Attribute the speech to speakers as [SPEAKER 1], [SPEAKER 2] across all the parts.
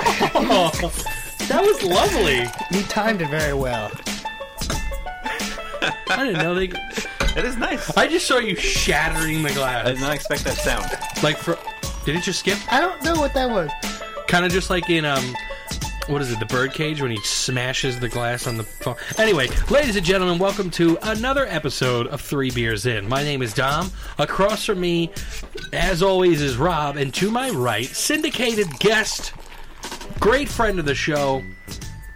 [SPEAKER 1] Oh, that was lovely.
[SPEAKER 2] He timed it very well.
[SPEAKER 1] I didn't know they.
[SPEAKER 3] It is nice. I
[SPEAKER 1] I just saw you shattering the glass.
[SPEAKER 3] did not expect that sound.
[SPEAKER 1] Like for, did it just skip?
[SPEAKER 2] I don't know what that was.
[SPEAKER 1] Kind of just like in um, what is it? The Birdcage when he smashes the glass on the phone. Anyway, ladies and gentlemen, welcome to another episode of Three Beers In. My name is Dom. Across from me, as always, is Rob, and to my right, syndicated guest, great friend of the show,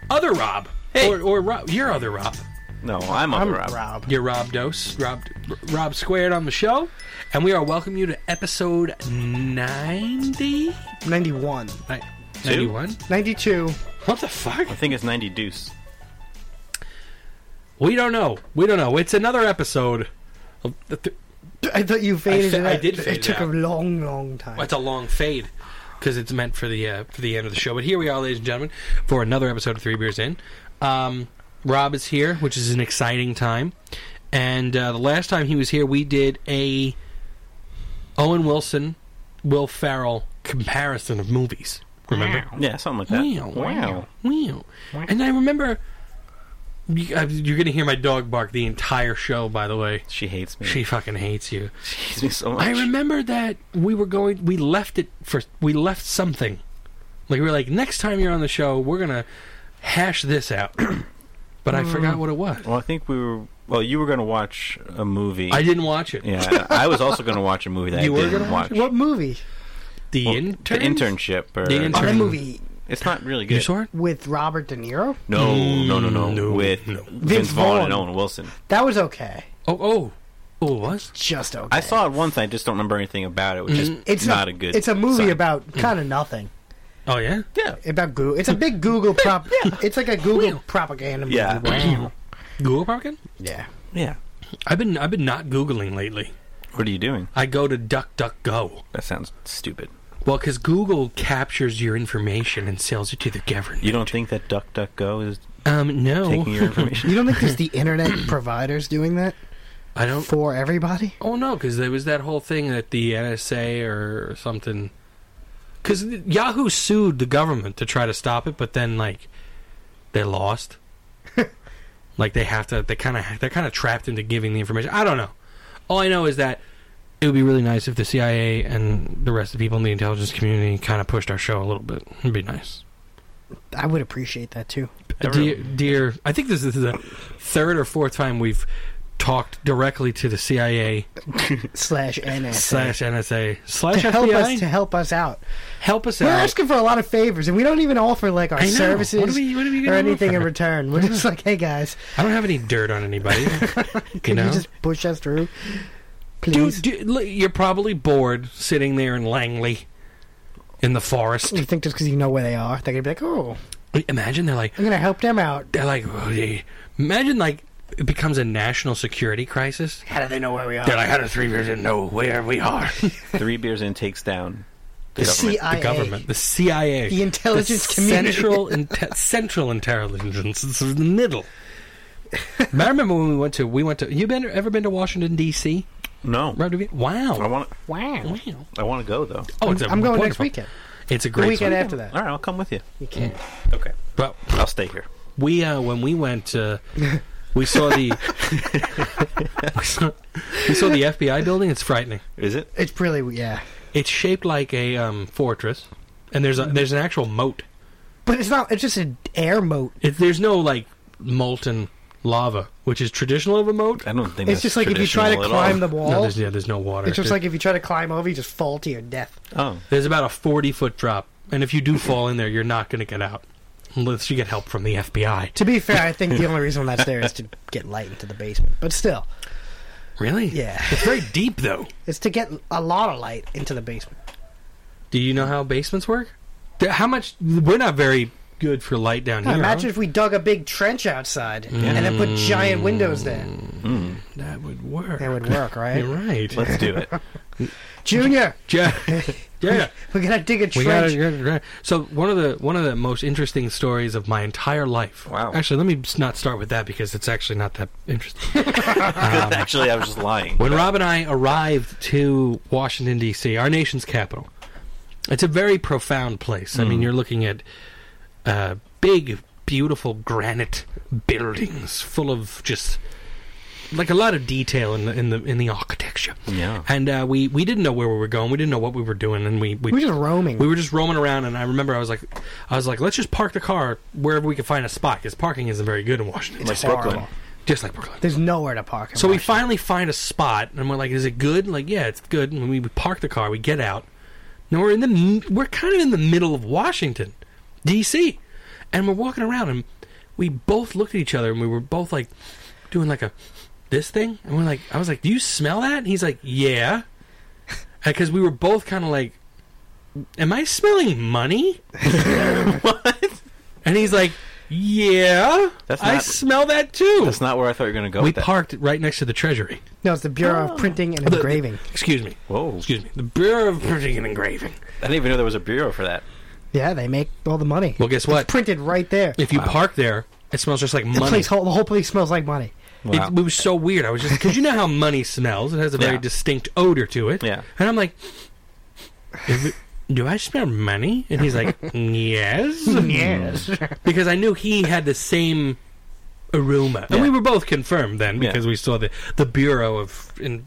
[SPEAKER 1] other Rob.
[SPEAKER 3] Hey.
[SPEAKER 1] Or, or Rob, your other Rob.
[SPEAKER 3] No, I'm on
[SPEAKER 2] I'm
[SPEAKER 3] the Rob.
[SPEAKER 2] Rob.
[SPEAKER 1] You're Rob Dose, Rob Rob Squared on the show, and we are welcoming you to episode 90?
[SPEAKER 2] 91.
[SPEAKER 1] Ni- 91?
[SPEAKER 2] 92.
[SPEAKER 1] What the fuck?
[SPEAKER 3] I think it's 90 deuce.
[SPEAKER 1] We don't know. We don't know. It's another episode. of the th-
[SPEAKER 2] I thought you faded
[SPEAKER 1] fa-
[SPEAKER 2] it
[SPEAKER 1] I
[SPEAKER 2] out.
[SPEAKER 1] did fade it
[SPEAKER 2] It took
[SPEAKER 1] out.
[SPEAKER 2] a long, long time.
[SPEAKER 1] That's a long fade because it's meant for the uh, for the end of the show. But here we are, ladies and gentlemen, for another episode of Three Beers In. Um, Rob is here, which is an exciting time. And uh, the last time he was here, we did a Owen Wilson, Will Farrell comparison of movies. Remember?
[SPEAKER 3] Yeah, something like that.
[SPEAKER 1] Wow. Meow. And I remember. you- uh, You're going to hear my dog bark the entire show, by the way.
[SPEAKER 3] She hates me.
[SPEAKER 1] She fucking hates you.
[SPEAKER 3] She hates me so much.
[SPEAKER 1] I remember that we were going. We left it for. We left something. Like we were like, next time you're on the show, we're gonna hash this out. but
[SPEAKER 3] Mm.
[SPEAKER 1] I forgot what it was.
[SPEAKER 3] Well, I think we were. Well, you were going to watch a movie.
[SPEAKER 1] I didn't watch it.
[SPEAKER 3] Yeah, I was also going to watch a movie that
[SPEAKER 1] You
[SPEAKER 3] I
[SPEAKER 1] were
[SPEAKER 3] didn't
[SPEAKER 1] gonna
[SPEAKER 3] watch.
[SPEAKER 2] What movie?
[SPEAKER 1] The
[SPEAKER 3] Well,
[SPEAKER 1] intern.
[SPEAKER 3] The internship. Or,
[SPEAKER 1] The
[SPEAKER 2] Oh,
[SPEAKER 1] Intern.
[SPEAKER 2] that movie
[SPEAKER 3] It's not really good.
[SPEAKER 1] You saw it?
[SPEAKER 2] with Robert De Niro?
[SPEAKER 3] No, no, no, no,
[SPEAKER 1] Mm, no,
[SPEAKER 3] With
[SPEAKER 1] no.
[SPEAKER 3] Vince,
[SPEAKER 2] Vince
[SPEAKER 3] Vaughn
[SPEAKER 2] Vaughn.
[SPEAKER 3] and Owen Wilson.
[SPEAKER 2] That was okay.
[SPEAKER 1] Oh, oh, oh, it was.
[SPEAKER 2] Just okay.
[SPEAKER 3] I saw it once. I just don't remember anything about it, which is
[SPEAKER 1] Mm,
[SPEAKER 2] It's
[SPEAKER 3] not a good.
[SPEAKER 2] It's a movie
[SPEAKER 3] sign.
[SPEAKER 2] about kind of nothing.
[SPEAKER 1] Oh yeah.
[SPEAKER 3] Yeah.
[SPEAKER 2] About Google. It's a big Google prop. It's like a Google propaganda movie.
[SPEAKER 3] Yeah.
[SPEAKER 2] Wow.
[SPEAKER 1] Google Parkin.
[SPEAKER 2] yeah.
[SPEAKER 3] Yeah.
[SPEAKER 1] I've been I've been not googling lately.
[SPEAKER 3] What are you doing?
[SPEAKER 1] I go to DuckDuckGo.
[SPEAKER 3] That sounds stupid.
[SPEAKER 1] Well, because Google captures your information and sells it to the government.
[SPEAKER 3] You don't think that DuckDuckGo is
[SPEAKER 1] Um, no,
[SPEAKER 3] taking your information?
[SPEAKER 2] You don't think there's the internet providers doing that
[SPEAKER 1] I don't.
[SPEAKER 2] for everybody?
[SPEAKER 1] Oh no, because there was that whole thing that the NSA or something. Because Yahoo sued the government to try to stop it, but then like they lost. like they have to. They kind of. They're kind of trapped into giving the information. I don't know. All I know is that it would be really nice if the CIA and the rest of the people in the intelligence community kind of pushed our show a little bit. It'd be nice.
[SPEAKER 2] I would appreciate that too.
[SPEAKER 1] Uh, Dear, dear, I think this is the third or fourth time we've talked directly to the CIA
[SPEAKER 2] Slash NSA.
[SPEAKER 1] slash NSA
[SPEAKER 2] to
[SPEAKER 1] slash
[SPEAKER 2] help
[SPEAKER 1] FBI.
[SPEAKER 2] us to help us out.
[SPEAKER 1] Help us
[SPEAKER 2] We're
[SPEAKER 1] out.
[SPEAKER 2] asking for a lot of favors, and we don't even offer like our
[SPEAKER 1] I know.
[SPEAKER 2] services
[SPEAKER 1] What are we- what are we
[SPEAKER 2] or
[SPEAKER 1] gonna
[SPEAKER 2] anything in
[SPEAKER 1] offer?
[SPEAKER 2] return. We're just like, hey guys,
[SPEAKER 1] I don't have any dirt on anybody. you
[SPEAKER 2] can you,
[SPEAKER 1] know,
[SPEAKER 2] just push us through, please?
[SPEAKER 1] dude, dude, look, you're probably bored sitting there in Langley, in the forest.
[SPEAKER 2] you think just because you know where they are, they're gonna be like, oh,
[SPEAKER 1] Imagine they're like,
[SPEAKER 2] I'm gonna help them out.
[SPEAKER 1] they're like, oh, they- imagine like it becomes a national security crisis.
[SPEAKER 2] How do they know where we are?
[SPEAKER 1] They're like, how do three didn't know where we are?
[SPEAKER 3] Three beers in takes down the
[SPEAKER 2] the
[SPEAKER 3] government.
[SPEAKER 2] CIA,
[SPEAKER 1] the government, the CIA,
[SPEAKER 2] the intelligence
[SPEAKER 1] the
[SPEAKER 2] community.
[SPEAKER 1] central inte- central intelligence. It's in the middle. I remember when we went to we went to you been ever been to Washington D.C.
[SPEAKER 3] No,
[SPEAKER 1] Rob, have you-
[SPEAKER 3] I
[SPEAKER 1] Wow,
[SPEAKER 3] want.
[SPEAKER 2] Wow.
[SPEAKER 1] wow.
[SPEAKER 3] I want to go though.
[SPEAKER 1] Oh,
[SPEAKER 2] I'm,
[SPEAKER 1] it's a
[SPEAKER 2] I'm going next
[SPEAKER 1] wonderful-
[SPEAKER 2] weekend.
[SPEAKER 1] It's a
[SPEAKER 2] The
[SPEAKER 1] great
[SPEAKER 2] weekend
[SPEAKER 1] weekend.
[SPEAKER 2] after that.
[SPEAKER 3] All right, I'll come with you.
[SPEAKER 2] You can't.
[SPEAKER 3] Okay,
[SPEAKER 1] Well,
[SPEAKER 3] I'll stay here.
[SPEAKER 1] we uh, when we went, uh, we saw the we, saw, we saw the FBI building. It's frightening.
[SPEAKER 3] Is it?
[SPEAKER 2] It's really yeah,
[SPEAKER 1] It's shaped like a um, fortress, and there's a, there's an actual moat.
[SPEAKER 2] but it's not. It's just an air moat.
[SPEAKER 1] It, there's no like molten lava, which is traditional of a moat.
[SPEAKER 3] I don't think
[SPEAKER 2] It's
[SPEAKER 3] that's
[SPEAKER 2] just like if you try to
[SPEAKER 3] traditional at
[SPEAKER 2] climb the
[SPEAKER 3] all.
[SPEAKER 1] No,
[SPEAKER 2] wall.
[SPEAKER 1] there's, yeah, there's no water.
[SPEAKER 2] it's just like if you try to climb over, you just fall to your death.
[SPEAKER 3] Oh,
[SPEAKER 1] there's about a forty foot drop, and if you do fall in there, you're not going to get out unless you get help from the FBI.
[SPEAKER 2] To be fair, I think the only reason that's there is to get light into the basement. But still,
[SPEAKER 1] Really?
[SPEAKER 2] Yeah.
[SPEAKER 1] It's very deep, though.
[SPEAKER 2] it's to get a lot of light into the basement.
[SPEAKER 1] Do you know how basements work? Th- How much? We're not very good for light down here.
[SPEAKER 2] Imagine if we dug a big trench outside and then put giant windows there.
[SPEAKER 1] huh? that would work.
[SPEAKER 2] That would work,
[SPEAKER 1] Mm. You're
[SPEAKER 2] right?
[SPEAKER 1] right.
[SPEAKER 3] Oh, hmm. let's do it.
[SPEAKER 2] Junior,
[SPEAKER 1] yeah, yeah.
[SPEAKER 2] we gotta dig a
[SPEAKER 1] We got
[SPEAKER 2] trench.
[SPEAKER 1] to So one of the one of the most interesting stories of my entire life.
[SPEAKER 3] Wow.
[SPEAKER 1] Actually, let me s- not start with that because it's actually not that interesting.
[SPEAKER 3] Good, Actually, I was just lying.
[SPEAKER 1] When Rob and I arrived to Washington D.C., our nation's capital, it's a very profound place. I mean, you're looking at uh, big, beautiful granite buildings full of just like a lot of detail in the in the in the architecture.
[SPEAKER 3] Yeah.
[SPEAKER 1] And uh, we we didn't know where we were going. We didn't know what we were doing, and we we,
[SPEAKER 2] We're just roaming.
[SPEAKER 1] we were just roaming around. And I remember I was like, I was like, let's just park the car wherever we can find a spot because parking isn't very good in Washington,
[SPEAKER 3] Like
[SPEAKER 2] It's
[SPEAKER 3] Brooklyn.
[SPEAKER 2] horrible.
[SPEAKER 1] just like Brooklyn.
[SPEAKER 2] There's nowhere to park. in
[SPEAKER 1] So we
[SPEAKER 2] Washington.
[SPEAKER 1] finally find a spot, and we're like, "Is it good?" Like, yeah, it's good. And we park the car, we get out. Now we're in the m- we're kind of in the middle of Washington, D.C., and we're walking around, and we both looked at each other, and we were both like doing like a this thing, and we're like, I was like, "Do you smell that?" And he's like, "Yeah," because we were both kind of like, "Am I smelling money?" what? And he's like, "Yeah,
[SPEAKER 3] That's
[SPEAKER 1] I
[SPEAKER 3] not-
[SPEAKER 1] smell that too."
[SPEAKER 3] That's not where I thought you were going to go
[SPEAKER 1] we
[SPEAKER 3] with that.
[SPEAKER 1] parked right next to the Treasury.
[SPEAKER 2] No, it's the Bureau
[SPEAKER 1] Oh.
[SPEAKER 2] of Printing and
[SPEAKER 1] The-
[SPEAKER 2] Engraving.
[SPEAKER 1] Excuse me.
[SPEAKER 3] Whoa.
[SPEAKER 1] Excuse me. The Bureau of Printing and Engraving.
[SPEAKER 3] I didn't even know there was a bureau for that.
[SPEAKER 2] Yeah, they make all the money.
[SPEAKER 1] Well, guess what?
[SPEAKER 2] It's printed right there.
[SPEAKER 1] If you park there, it smells just like
[SPEAKER 2] the,
[SPEAKER 1] money.
[SPEAKER 2] place, whole, the whole place smells like money.
[SPEAKER 1] It,
[SPEAKER 3] Wow.
[SPEAKER 1] it was so weird. I was just because you know how money smells. It has a very
[SPEAKER 3] Yeah.
[SPEAKER 1] distinct odor to it.
[SPEAKER 3] Yeah.
[SPEAKER 1] And I'm like, "Is it- do I smell money? And he's like, yes,
[SPEAKER 3] Hmm.
[SPEAKER 2] Yes.
[SPEAKER 1] because I knew he had the same aroma, and
[SPEAKER 3] Yeah.
[SPEAKER 1] we were both confirmed then
[SPEAKER 3] Yeah.
[SPEAKER 1] because we saw the the Bureau of in,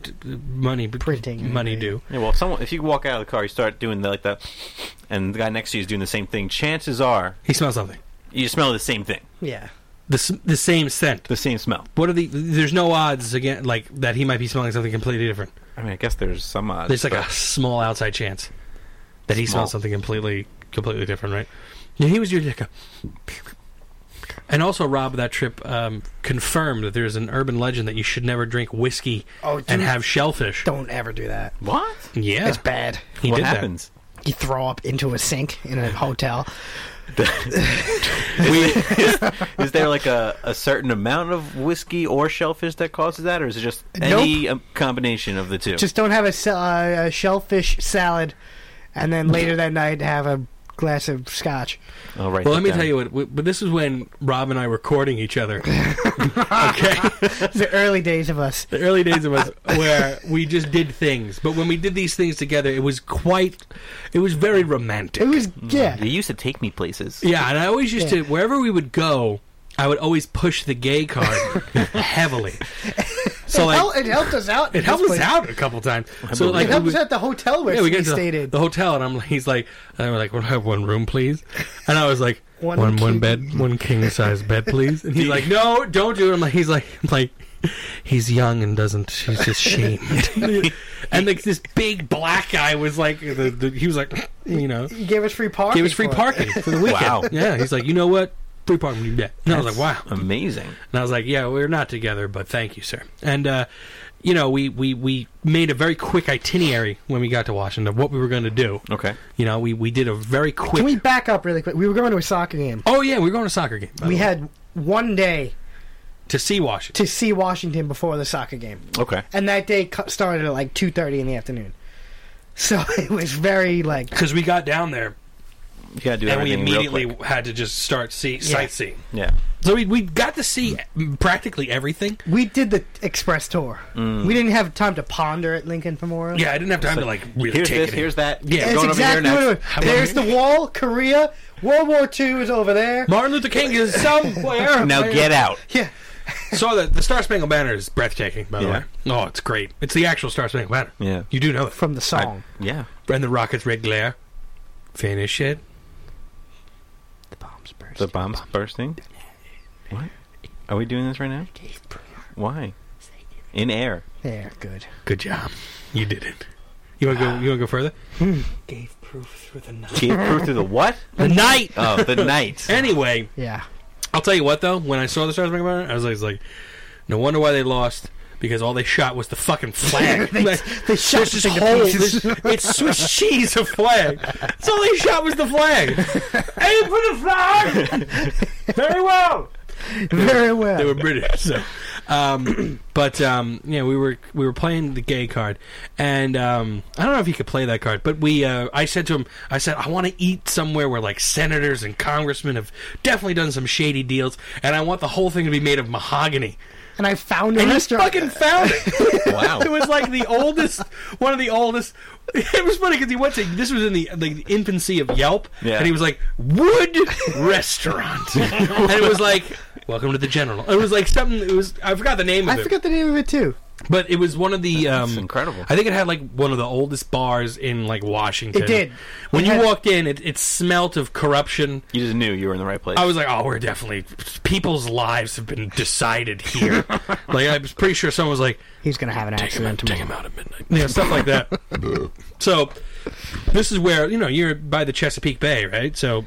[SPEAKER 1] Money
[SPEAKER 2] Printing and
[SPEAKER 1] money
[SPEAKER 2] Engraving.
[SPEAKER 1] do.
[SPEAKER 3] Yeah, well, if someone if you walk out of the car, you start doing the, like that, and the guy next to you is doing the same thing. Chances are
[SPEAKER 1] He smells something.
[SPEAKER 3] you smell the same thing,
[SPEAKER 2] yeah.
[SPEAKER 1] The s- the same scent.
[SPEAKER 3] the same smell.
[SPEAKER 1] What are the? There's no odds again, like that he might be smelling something completely different.
[SPEAKER 3] I mean, I guess there's some odds.
[SPEAKER 1] There's like a
[SPEAKER 3] but-
[SPEAKER 1] small outside chance that he
[SPEAKER 3] Small.
[SPEAKER 1] smells something completely, completely different, right? Yeah, he was doing like a. And also, Rob, that trip um, confirmed that there's an urban legend that you should never drink whiskey
[SPEAKER 2] Oh, dude,
[SPEAKER 1] and have shellfish.
[SPEAKER 2] don't ever do that.
[SPEAKER 3] what?
[SPEAKER 1] Yeah,
[SPEAKER 2] It's bad.
[SPEAKER 1] he
[SPEAKER 3] what
[SPEAKER 1] did
[SPEAKER 3] happens?
[SPEAKER 2] You throw up into a sink in a hotel.
[SPEAKER 3] Is there like a, a certain amount of whiskey or shellfish that causes that, or is it just any um, combination of the two?
[SPEAKER 2] Just don't have a, sa- uh, a shellfish salad, and then later that night have a glass of scotch.
[SPEAKER 3] All right.
[SPEAKER 1] That. Well, let me tell you what. w- But this is when Rob and I were courting each other. okay.
[SPEAKER 2] the early days of us.
[SPEAKER 1] the early days of us where we just did things but when we did these things together it was quite it was very romantic
[SPEAKER 2] It was yeah.
[SPEAKER 3] You used to take me places.
[SPEAKER 1] yeah and i always used to
[SPEAKER 2] Yeah.
[SPEAKER 1] wherever we would go i would always push the gay card heavily so
[SPEAKER 2] it,
[SPEAKER 1] like
[SPEAKER 2] hel- it helped us out.
[SPEAKER 1] it helped
[SPEAKER 2] This
[SPEAKER 1] us
[SPEAKER 2] place-
[SPEAKER 1] out a couple times so
[SPEAKER 3] believe
[SPEAKER 1] like
[SPEAKER 2] It helped
[SPEAKER 1] we
[SPEAKER 2] us out the hotel where
[SPEAKER 1] yeah,
[SPEAKER 2] we,
[SPEAKER 1] we get to
[SPEAKER 2] stayed
[SPEAKER 1] the,
[SPEAKER 2] in.
[SPEAKER 1] the hotel, and I'm he's like, and we're like, we'll have one room, please. And I was like, one
[SPEAKER 2] One
[SPEAKER 1] one
[SPEAKER 2] king-
[SPEAKER 1] bed, one king size bed, please. And he's like, no, don't do it. I'm like, he's like, I'm like, he's young and doesn't, he's just shamed. and like this big black guy was like, the, the, he was like, you know,
[SPEAKER 2] He gave us free parking.
[SPEAKER 1] gave us free
[SPEAKER 2] for it.
[SPEAKER 1] parking for the weekend.
[SPEAKER 3] Wow.
[SPEAKER 1] Yeah, he's like, you know what, free parking, you bet. And I was like,
[SPEAKER 3] That's
[SPEAKER 1] wow.
[SPEAKER 3] amazing.
[SPEAKER 1] And I was like, "Yeah, we're not together, but thank you, sir." And uh, you know, we, we we made a very quick itinerary when we got to Washington of what we were going to do.
[SPEAKER 3] Okay.
[SPEAKER 1] You know, we we did a very quick.
[SPEAKER 2] Can we back up really quick? We were going to a soccer game.
[SPEAKER 1] oh yeah, we were going to a soccer game. by
[SPEAKER 2] We
[SPEAKER 1] the way,
[SPEAKER 2] had one day
[SPEAKER 1] to see Washington.
[SPEAKER 2] to see Washington before the soccer game,
[SPEAKER 3] Okay.
[SPEAKER 2] and that day cu- started at like two thirty in the afternoon. So it was very like
[SPEAKER 1] Because we got down there
[SPEAKER 3] You gotta do
[SPEAKER 1] and we
[SPEAKER 3] everything real
[SPEAKER 1] immediately
[SPEAKER 3] quick.
[SPEAKER 1] had to just start see sightseeing.
[SPEAKER 3] Yeah.
[SPEAKER 1] So we, we got to see practically everything.
[SPEAKER 2] we did the express tour. We didn't have time to ponder at Lincoln Memorial.
[SPEAKER 1] Mm. Yeah, I didn't have time to
[SPEAKER 3] Like,
[SPEAKER 1] like really
[SPEAKER 3] here's
[SPEAKER 1] take
[SPEAKER 3] this.
[SPEAKER 1] it. in.
[SPEAKER 3] Here's that.
[SPEAKER 1] Yeah.
[SPEAKER 2] That's
[SPEAKER 3] going
[SPEAKER 2] exactly
[SPEAKER 3] over here next.
[SPEAKER 2] what it was. There's the wall, Korea, World War II is over there.
[SPEAKER 1] Martin Luther King is somewhere.
[SPEAKER 3] Now get out.
[SPEAKER 2] Yeah,
[SPEAKER 1] So the, the Star Spangled Banner is breathtaking, by the
[SPEAKER 3] Yeah.
[SPEAKER 1] way. Oh, it's great. It's the actual Star Spangled Banner.
[SPEAKER 3] Yeah.
[SPEAKER 1] You do know that.
[SPEAKER 2] from the song.
[SPEAKER 3] Yeah.
[SPEAKER 1] And the rocket's red glare. Finish it.
[SPEAKER 2] the bombs burst.
[SPEAKER 3] The bomb's bursting. What? Are we doing this right now? Why? In air.
[SPEAKER 2] There, good.
[SPEAKER 1] Good job. You did it. You want to go? You want to go further?
[SPEAKER 2] Gave proof through the night.
[SPEAKER 3] Gave proof through the what?
[SPEAKER 1] The night.
[SPEAKER 3] Oh, the night.
[SPEAKER 1] Anyway,
[SPEAKER 2] Yeah.
[SPEAKER 1] I'll tell you what though. When I saw the Stars Spangled Banner, I was like, it's like, no wonder why they lost. Because all they shot was the fucking flag.
[SPEAKER 2] They-
[SPEAKER 1] Like,
[SPEAKER 2] they shot
[SPEAKER 1] there's
[SPEAKER 2] the
[SPEAKER 1] this
[SPEAKER 2] thing to
[SPEAKER 1] whole-
[SPEAKER 2] pieces.
[SPEAKER 1] this- it's Swiss cheese of flag. That's all they shot was the flag. Aim for the flag. Very well.
[SPEAKER 2] Very well.
[SPEAKER 1] They were British, so Um, but um, yeah, we were we were playing the gay card, and um, I don't know if he could play that card. But we, uh, I said to him, I said I want to eat somewhere where like senators and congressmen have definitely done some shady deals, and I want the whole thing to be made of mahogany.
[SPEAKER 2] And I found a
[SPEAKER 1] And he
[SPEAKER 2] restaurant.
[SPEAKER 1] fucking found it.
[SPEAKER 3] Wow.
[SPEAKER 1] It was like the oldest, one of the oldest. It was funny because he went to this was in the like the infancy of Yelp,
[SPEAKER 3] Yeah.
[SPEAKER 1] and he was like wood restaurant, and it was like welcome to the general. It was like something. It was I forgot the name of
[SPEAKER 2] I
[SPEAKER 1] it,
[SPEAKER 2] forgot the name of it too.
[SPEAKER 1] but it was one of the.
[SPEAKER 3] It's
[SPEAKER 1] Um,
[SPEAKER 3] incredible.
[SPEAKER 1] I think it had like one of the oldest bars in like Washington.
[SPEAKER 2] It did.
[SPEAKER 1] When
[SPEAKER 2] It
[SPEAKER 1] you
[SPEAKER 2] had-
[SPEAKER 1] walked in, it, it smelt of corruption.
[SPEAKER 3] You just knew you were in the right place.
[SPEAKER 1] I was like, oh, we're definitely people's lives have been decided here. like I was pretty sure someone was like,
[SPEAKER 2] He's gonna have an
[SPEAKER 1] take him, out,
[SPEAKER 2] accident
[SPEAKER 1] take
[SPEAKER 2] tomorrow.
[SPEAKER 1] him out at midnight. Yeah, stuff like that. so this is where you know you're by the Chesapeake Bay, right? So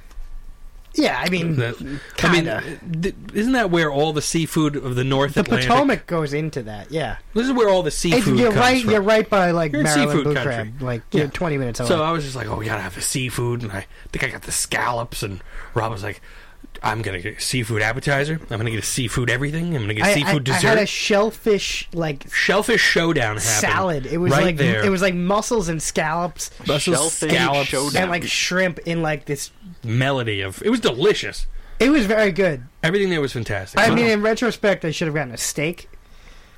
[SPEAKER 2] Yeah, I mean,
[SPEAKER 1] that, I
[SPEAKER 2] kinda.
[SPEAKER 1] mean, th- isn't that where all the seafood of the North
[SPEAKER 2] the
[SPEAKER 1] Atlantic?
[SPEAKER 2] Potomac goes into that. Yeah,
[SPEAKER 1] This is where all the
[SPEAKER 2] It's-
[SPEAKER 1] seafood
[SPEAKER 2] you're
[SPEAKER 1] comes
[SPEAKER 2] right.
[SPEAKER 1] from.
[SPEAKER 2] You're right by like
[SPEAKER 1] You're in
[SPEAKER 2] Maryland
[SPEAKER 1] seafood
[SPEAKER 2] Blue
[SPEAKER 1] country.
[SPEAKER 2] Crab. Like
[SPEAKER 1] Yeah.
[SPEAKER 2] you're 20 minutes away.
[SPEAKER 1] So I was just like, oh, we gotta have the seafood, and I think I got the scallops, and Rob was like. I'm gonna get a seafood appetizer. I'm gonna get a seafood everything. I'm gonna get
[SPEAKER 2] I,
[SPEAKER 1] seafood
[SPEAKER 2] I, I
[SPEAKER 1] dessert.
[SPEAKER 2] had a shellfish like
[SPEAKER 1] Shellfish showdown happened.
[SPEAKER 2] salad. It was
[SPEAKER 1] right
[SPEAKER 2] like
[SPEAKER 1] there.
[SPEAKER 2] it was like mussels and scallops
[SPEAKER 1] Brussels
[SPEAKER 3] Shellfish
[SPEAKER 1] scallops
[SPEAKER 3] showdown.
[SPEAKER 2] and like shrimp in like this.
[SPEAKER 1] melody of. It was delicious.
[SPEAKER 2] It was very good.
[SPEAKER 1] Everything there was fantastic.
[SPEAKER 2] I
[SPEAKER 1] Wow.
[SPEAKER 2] mean, in retrospect, I should have gotten a steak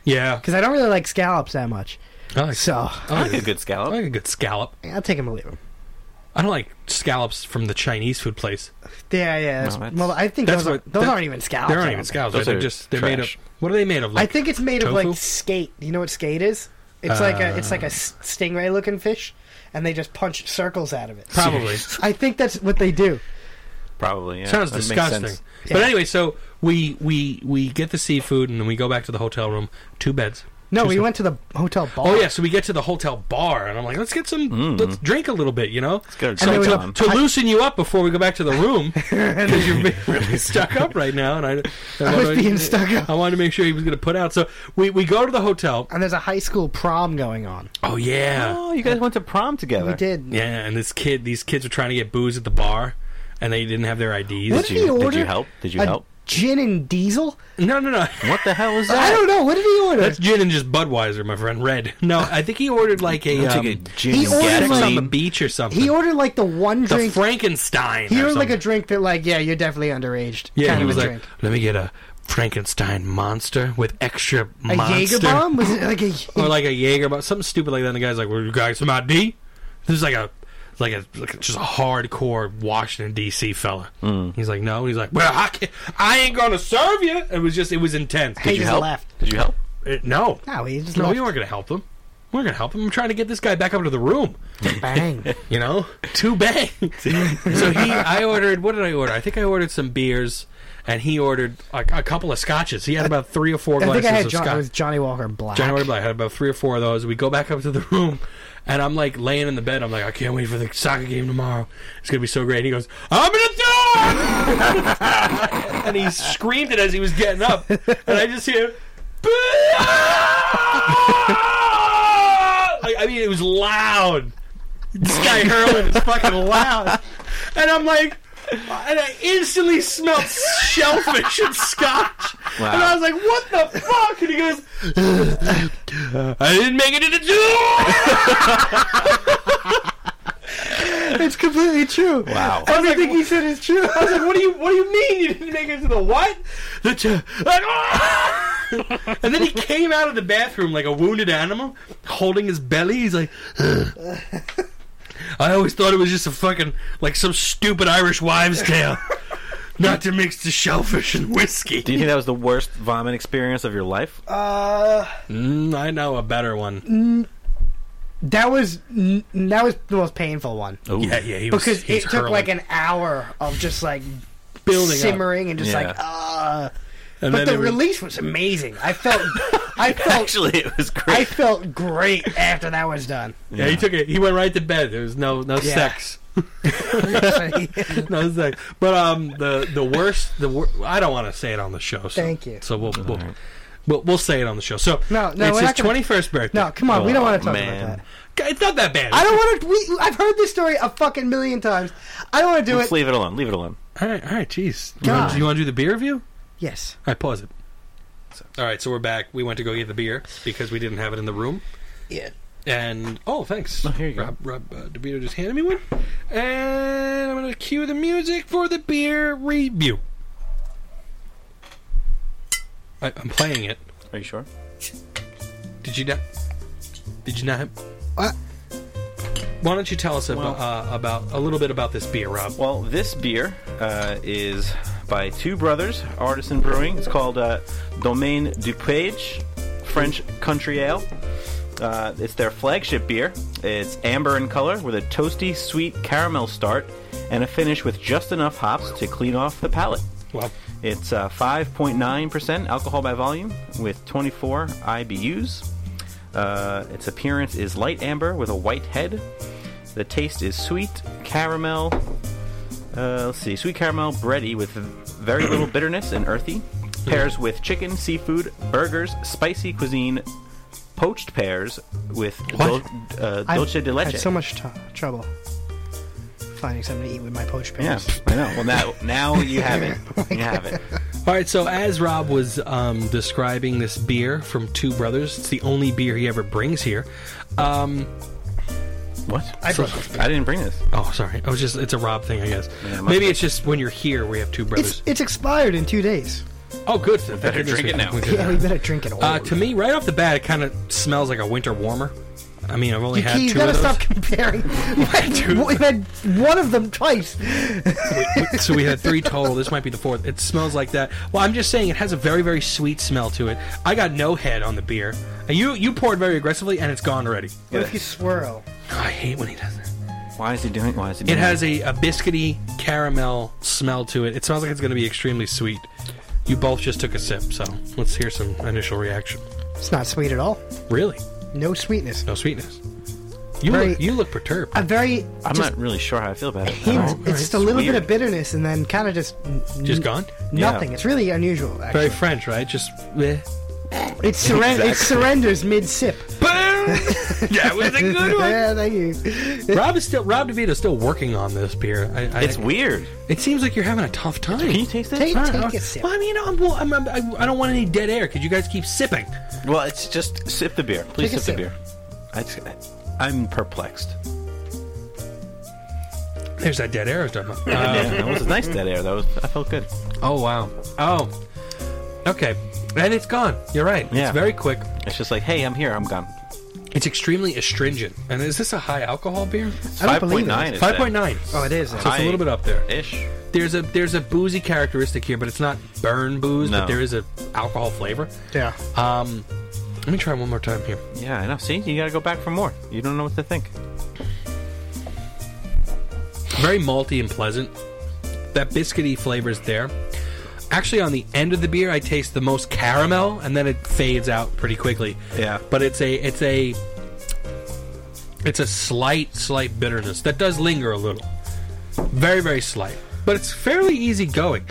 [SPEAKER 1] yeah.
[SPEAKER 2] because I don't really like scallops that much.
[SPEAKER 1] I like,
[SPEAKER 2] So
[SPEAKER 1] I
[SPEAKER 3] I
[SPEAKER 1] like
[SPEAKER 3] like a good
[SPEAKER 1] I
[SPEAKER 3] scallop.
[SPEAKER 1] like a good scallop.
[SPEAKER 2] I'll take them or leave them.
[SPEAKER 1] I don't like scallops from the Chinese food place.
[SPEAKER 2] Yeah, yeah. that's-
[SPEAKER 3] that's-
[SPEAKER 2] well, I think
[SPEAKER 1] that's
[SPEAKER 2] those, are,
[SPEAKER 1] what-
[SPEAKER 2] those
[SPEAKER 1] that-
[SPEAKER 2] aren't even scallops.
[SPEAKER 1] They
[SPEAKER 2] I
[SPEAKER 1] aren't
[SPEAKER 2] don't
[SPEAKER 1] even
[SPEAKER 2] think.
[SPEAKER 1] scallops.
[SPEAKER 3] Those
[SPEAKER 1] They're
[SPEAKER 3] are
[SPEAKER 1] just they're made
[SPEAKER 3] trash.
[SPEAKER 1] of. What are they made of? Like
[SPEAKER 2] I think it's made of like
[SPEAKER 1] tofu? Uh.
[SPEAKER 2] skate. You know what skate is? It's like a it's like a s- stingray looking fish, and they just punch circles out of it.
[SPEAKER 1] probably.
[SPEAKER 2] I think that's what they do.
[SPEAKER 3] Probably. Yeah.
[SPEAKER 1] Sounds
[SPEAKER 3] That makes
[SPEAKER 1] disgusting.
[SPEAKER 3] sense.
[SPEAKER 1] But
[SPEAKER 2] Yeah.
[SPEAKER 1] anyway, so we we we get the seafood and then we go back to the hotel room. Two beds.
[SPEAKER 2] No,
[SPEAKER 1] Two
[SPEAKER 2] we
[SPEAKER 1] sep-
[SPEAKER 2] went to the hotel bar.
[SPEAKER 1] Oh yeah, so we get to the hotel bar and I'm like, let's get some,
[SPEAKER 3] Mm.
[SPEAKER 1] let's drink a little bit, you know,
[SPEAKER 3] get a And
[SPEAKER 1] So
[SPEAKER 2] drink
[SPEAKER 1] to,
[SPEAKER 2] on.
[SPEAKER 1] to loosen you up before we go back to the room because you're being really stuck up right now, and I,
[SPEAKER 2] I was being stuck up.
[SPEAKER 1] I wanted to make sure he was going to put out. So we we go to the hotel.
[SPEAKER 2] And there's a high school prom going on.
[SPEAKER 1] Oh yeah,
[SPEAKER 3] Oh, you guys went to prom together.
[SPEAKER 2] We did.
[SPEAKER 1] Yeah, and this kid, these kids were trying to get booze at the bar, and they didn't have their IDs.
[SPEAKER 2] What
[SPEAKER 3] Did
[SPEAKER 2] did he
[SPEAKER 3] you, did
[SPEAKER 2] order?
[SPEAKER 3] you help? Did you
[SPEAKER 2] a
[SPEAKER 3] help?
[SPEAKER 2] gin and diesel.
[SPEAKER 1] No, no, no.
[SPEAKER 3] What the hell is that?
[SPEAKER 2] I don't know. What did he order?
[SPEAKER 1] That's gin and just Budweiser, my friend. Red. No, I think he ordered like a,
[SPEAKER 3] Don't
[SPEAKER 1] um,
[SPEAKER 3] you get gin
[SPEAKER 2] he
[SPEAKER 3] and
[SPEAKER 2] ordered
[SPEAKER 1] sex
[SPEAKER 3] gasoline?
[SPEAKER 1] on the
[SPEAKER 2] like-
[SPEAKER 1] beach or something.
[SPEAKER 2] he ordered like the one
[SPEAKER 1] the
[SPEAKER 2] drink.
[SPEAKER 1] Frankenstein.
[SPEAKER 2] he
[SPEAKER 1] or
[SPEAKER 2] ordered like a
[SPEAKER 1] something.
[SPEAKER 2] drink that like yeah, you're definitely underaged.
[SPEAKER 1] yeah.
[SPEAKER 2] kind
[SPEAKER 1] He
[SPEAKER 2] of
[SPEAKER 1] was
[SPEAKER 2] a
[SPEAKER 1] like,
[SPEAKER 2] drink.
[SPEAKER 1] let me get a Frankenstein monster with extra
[SPEAKER 2] A
[SPEAKER 1] monster.
[SPEAKER 2] Jaeger bomb? Was it like a?
[SPEAKER 1] or like a Jaeger, but something stupid like that. And the guy's like, "Well, you guys some ID?" This is like a, like a, like a- just a hardcore Washington D.C. fella.
[SPEAKER 3] Hmm.
[SPEAKER 1] He's like, "No," he's like, "Well, I, can't, I ain't gonna serve you." It was just, it was intense.
[SPEAKER 2] he
[SPEAKER 3] Did you
[SPEAKER 2] just
[SPEAKER 3] help?
[SPEAKER 2] left.
[SPEAKER 3] Did you help?
[SPEAKER 1] It- no,
[SPEAKER 2] No, he just
[SPEAKER 1] no,
[SPEAKER 2] left.
[SPEAKER 1] we weren't gonna help him. We weren't gonna help him. I'm trying to get this guy back up to the room.
[SPEAKER 2] Bang.
[SPEAKER 1] You know, too bang. so he, I ordered. What did I order? I think I ordered some beers. And he ordered a, a couple of scotches. He had about three or four
[SPEAKER 2] I
[SPEAKER 1] glasses
[SPEAKER 2] think I had
[SPEAKER 1] of
[SPEAKER 2] John,
[SPEAKER 1] scotch.
[SPEAKER 2] it was Johnny Walker Black.
[SPEAKER 1] January Black. I had about three or four of those. We go back up to the room, and I'm like laying in the bed. I'm like, I can't wait for the soccer game tomorrow. It's gonna be so great. And he goes, I'm gonna do it! and he screamed it as he was getting up, and I just hear. "Boo!" Like, I mean, it was loud. This guy hurling is fucking loud, and I'm like, and I instantly smelled shellfish and scotch,
[SPEAKER 3] Wow.
[SPEAKER 1] and I was like, "What the fuck?" And he goes, I didn't make it in the door.
[SPEAKER 2] It's completely true.
[SPEAKER 3] Wow.
[SPEAKER 2] Everything he said is true.
[SPEAKER 1] I was like, "What do you? What do you mean you didn't make it to the what?" The ch- like, "Ah!" and then he came out of the bathroom like a wounded animal, holding his belly. He's like, "Ugh." "I always thought it was just a fucking like some stupid Irish wives' tale, not to mix the shellfish and whiskey."
[SPEAKER 3] Do you think that was the worst vomit experience of your life?
[SPEAKER 2] Uh,
[SPEAKER 1] Mm, I know a better one.
[SPEAKER 2] that was n- that was the most painful one
[SPEAKER 3] Ooh.
[SPEAKER 1] Yeah, yeah, he was,
[SPEAKER 2] because
[SPEAKER 1] he was
[SPEAKER 2] it took
[SPEAKER 1] hurling.
[SPEAKER 2] like an hour of just like
[SPEAKER 1] Building up.
[SPEAKER 2] simmering, and just
[SPEAKER 3] Yeah.
[SPEAKER 2] like uh.
[SPEAKER 1] and
[SPEAKER 2] But the
[SPEAKER 1] it was-
[SPEAKER 2] release was amazing. I felt, I felt,
[SPEAKER 3] Actually, it was
[SPEAKER 2] I
[SPEAKER 3] great.
[SPEAKER 2] felt great after that was done.
[SPEAKER 1] yeah, he took it. He went right to bed. There was no no
[SPEAKER 2] Yeah.
[SPEAKER 1] sex.
[SPEAKER 2] That's
[SPEAKER 1] no, it's like, but um, the the worst, the wor- I don't want to say it on the show. So,
[SPEAKER 2] Thank you.
[SPEAKER 1] So we'll we'll, we'll we'll say it on the show. So
[SPEAKER 2] No, no,
[SPEAKER 1] it's
[SPEAKER 2] we're
[SPEAKER 1] his
[SPEAKER 2] not gonna-
[SPEAKER 1] twenty first birthday.
[SPEAKER 2] No, come on, we don't
[SPEAKER 3] Oh,
[SPEAKER 2] want to talk
[SPEAKER 3] man.
[SPEAKER 2] about that.
[SPEAKER 1] God, it's not that bad.
[SPEAKER 2] I don't want to. We, I've heard this story a fucking million times. I don't want to do
[SPEAKER 3] Let's
[SPEAKER 2] it.
[SPEAKER 3] leave it alone. Leave it alone.
[SPEAKER 1] All right, all right, jeez. You
[SPEAKER 2] God.
[SPEAKER 1] wanna- You want to do the beer review?
[SPEAKER 2] Yes.
[SPEAKER 1] I pause it.
[SPEAKER 3] So.
[SPEAKER 1] All right, so we're back. We went to go get the beer because we didn't have it in the room.
[SPEAKER 2] Yeah.
[SPEAKER 1] And oh, thanks.
[SPEAKER 3] Oh, here you go.
[SPEAKER 1] Rob, Rob uh, DeVito just handed me one, and I'm gonna cue the music for the beer review. I, I'm playing it.
[SPEAKER 3] Are you sure?
[SPEAKER 1] Did you not? Did you not?
[SPEAKER 2] What?
[SPEAKER 1] Why don't you tell us about,
[SPEAKER 3] Well-
[SPEAKER 1] uh, about a little bit about this beer, Rob?
[SPEAKER 3] Um, Well, this beer uh, is by two brothers, Artisan Brewing. It's called uh, Domaine du Page, French Country Ale. Uh, it's their flagship beer. It's amber in color with a toasty, sweet caramel start and a finish with just enough hops to clean off the palate.
[SPEAKER 1] Well,
[SPEAKER 3] It's uh, 5.9% alcohol by volume with 24 IBUs. Uh, its appearance is light amber with a white head. The taste is sweet caramel. Uh, let's see, sweet caramel bready with very little bitterness and earthy. Pairs with chicken, seafood, burgers, spicy cuisine, poached pears with dul-
[SPEAKER 1] What?
[SPEAKER 3] uh,
[SPEAKER 2] I've
[SPEAKER 3] dulce de leche.
[SPEAKER 2] had so much t- trouble finding something to eat with my poached
[SPEAKER 3] yeah,
[SPEAKER 2] pears.
[SPEAKER 3] I know. Well, now now you have it. You have it.
[SPEAKER 1] All right, so as Rob was um, describing this beer from Two Brothers, it's the only beer he ever brings here. Um,
[SPEAKER 3] What?
[SPEAKER 2] I
[SPEAKER 1] So-
[SPEAKER 3] I didn't bring this.
[SPEAKER 1] oh, sorry. I was just it's a Rob thing, I guess.
[SPEAKER 3] Yeah, it must
[SPEAKER 1] Maybe
[SPEAKER 3] be.
[SPEAKER 1] it's just when you're here we have Two
[SPEAKER 2] It's
[SPEAKER 1] Brothers.
[SPEAKER 2] it's expired in two days.
[SPEAKER 1] oh, good. Thank
[SPEAKER 3] better
[SPEAKER 1] goodness
[SPEAKER 3] drink
[SPEAKER 1] we-
[SPEAKER 3] it now.
[SPEAKER 1] we did
[SPEAKER 2] Yeah, we
[SPEAKER 1] that.
[SPEAKER 2] better drink it all.
[SPEAKER 1] Uh, to me, right off the bat, it kind of smells like a winter warmer. I mean, I've only
[SPEAKER 2] you,
[SPEAKER 1] had
[SPEAKER 2] you
[SPEAKER 1] two
[SPEAKER 2] gotta
[SPEAKER 1] of those.
[SPEAKER 2] stop comparing. We've had one of them twice.
[SPEAKER 1] so we had three total. This might be the fourth. It smells like that. Well, I'm just saying it has a very, very sweet smell to it. I got no head on the beer. And you you poured very aggressively, and it's gone already.
[SPEAKER 2] What if you swirl?
[SPEAKER 1] I hate when he does that.
[SPEAKER 3] Why is he doing? Why is he?
[SPEAKER 1] It
[SPEAKER 3] Doing
[SPEAKER 1] has a, a biscuity caramel smell to it. It smells like it's going to be extremely sweet. You both just took a sip, so let's hear some initial reaction.
[SPEAKER 2] It's not sweet at all.
[SPEAKER 1] Really,
[SPEAKER 2] No sweetness.
[SPEAKER 1] no sweetness. You
[SPEAKER 2] Very-
[SPEAKER 1] look you look perturbed.
[SPEAKER 2] A very
[SPEAKER 3] I'm
[SPEAKER 2] just
[SPEAKER 3] not really sure how I feel about it.
[SPEAKER 2] hint.
[SPEAKER 3] I
[SPEAKER 2] it's
[SPEAKER 3] don't-
[SPEAKER 2] just a little bit
[SPEAKER 3] weird.
[SPEAKER 2] of bitterness and then kind of just
[SPEAKER 1] Just gone.
[SPEAKER 3] Yeah.
[SPEAKER 2] nothing. It's really unusual.
[SPEAKER 1] Very
[SPEAKER 2] Actually,
[SPEAKER 1] French, right? Just. eh.
[SPEAKER 2] it, surren-
[SPEAKER 3] Exactly.
[SPEAKER 2] it surrenders mid sip.
[SPEAKER 1] Boom! that was a good one.
[SPEAKER 2] yeah, thank you.
[SPEAKER 1] Rob is still Rob DeVito's still working on this beer. I, I,
[SPEAKER 3] It's weird.
[SPEAKER 1] It seems like you're having a tough time.
[SPEAKER 3] Can you taste
[SPEAKER 2] Take,
[SPEAKER 3] it?
[SPEAKER 2] take a sip.
[SPEAKER 1] Well, I mean, I'm, well, I'm, I'm, I don't want any dead air because you guys keep sipping.
[SPEAKER 3] Well, it's just sip the beer. Please
[SPEAKER 2] Take a
[SPEAKER 3] sip the beer. I just, I'm perplexed.
[SPEAKER 1] There's that dead air I was talking about. Uh,
[SPEAKER 3] yeah, that was nice dead air. That was. I felt good.
[SPEAKER 1] Oh wow. Oh. Okay. And it's gone. You're right.
[SPEAKER 3] Yeah.
[SPEAKER 1] It's very quick.
[SPEAKER 3] It's just like, hey, I'm here. I'm gone.
[SPEAKER 1] It's extremely astringent. And is this a high alcohol beer?
[SPEAKER 2] I don't believe it.
[SPEAKER 3] 5.9 is
[SPEAKER 1] Five point nine.
[SPEAKER 2] Oh, it is.
[SPEAKER 1] So it's a little bit up there.
[SPEAKER 3] ish.
[SPEAKER 1] There's a there's a boozy characteristic here, but it's not burn booze,
[SPEAKER 3] No.
[SPEAKER 1] but there is a alcohol flavor.
[SPEAKER 2] Yeah.
[SPEAKER 1] Um let me try one more time here.
[SPEAKER 3] Yeah, I know. See, you got to go back for more. You don't know what to think.
[SPEAKER 1] Very malty and pleasant. That biscuity flavor is there. Actually, on the end of the beer, I taste the most caramel, and then it fades out pretty quickly.
[SPEAKER 3] Yeah.
[SPEAKER 1] but it's a it's a it's a slight slight bitterness that does linger a little, very very slight. But it's fairly easy going.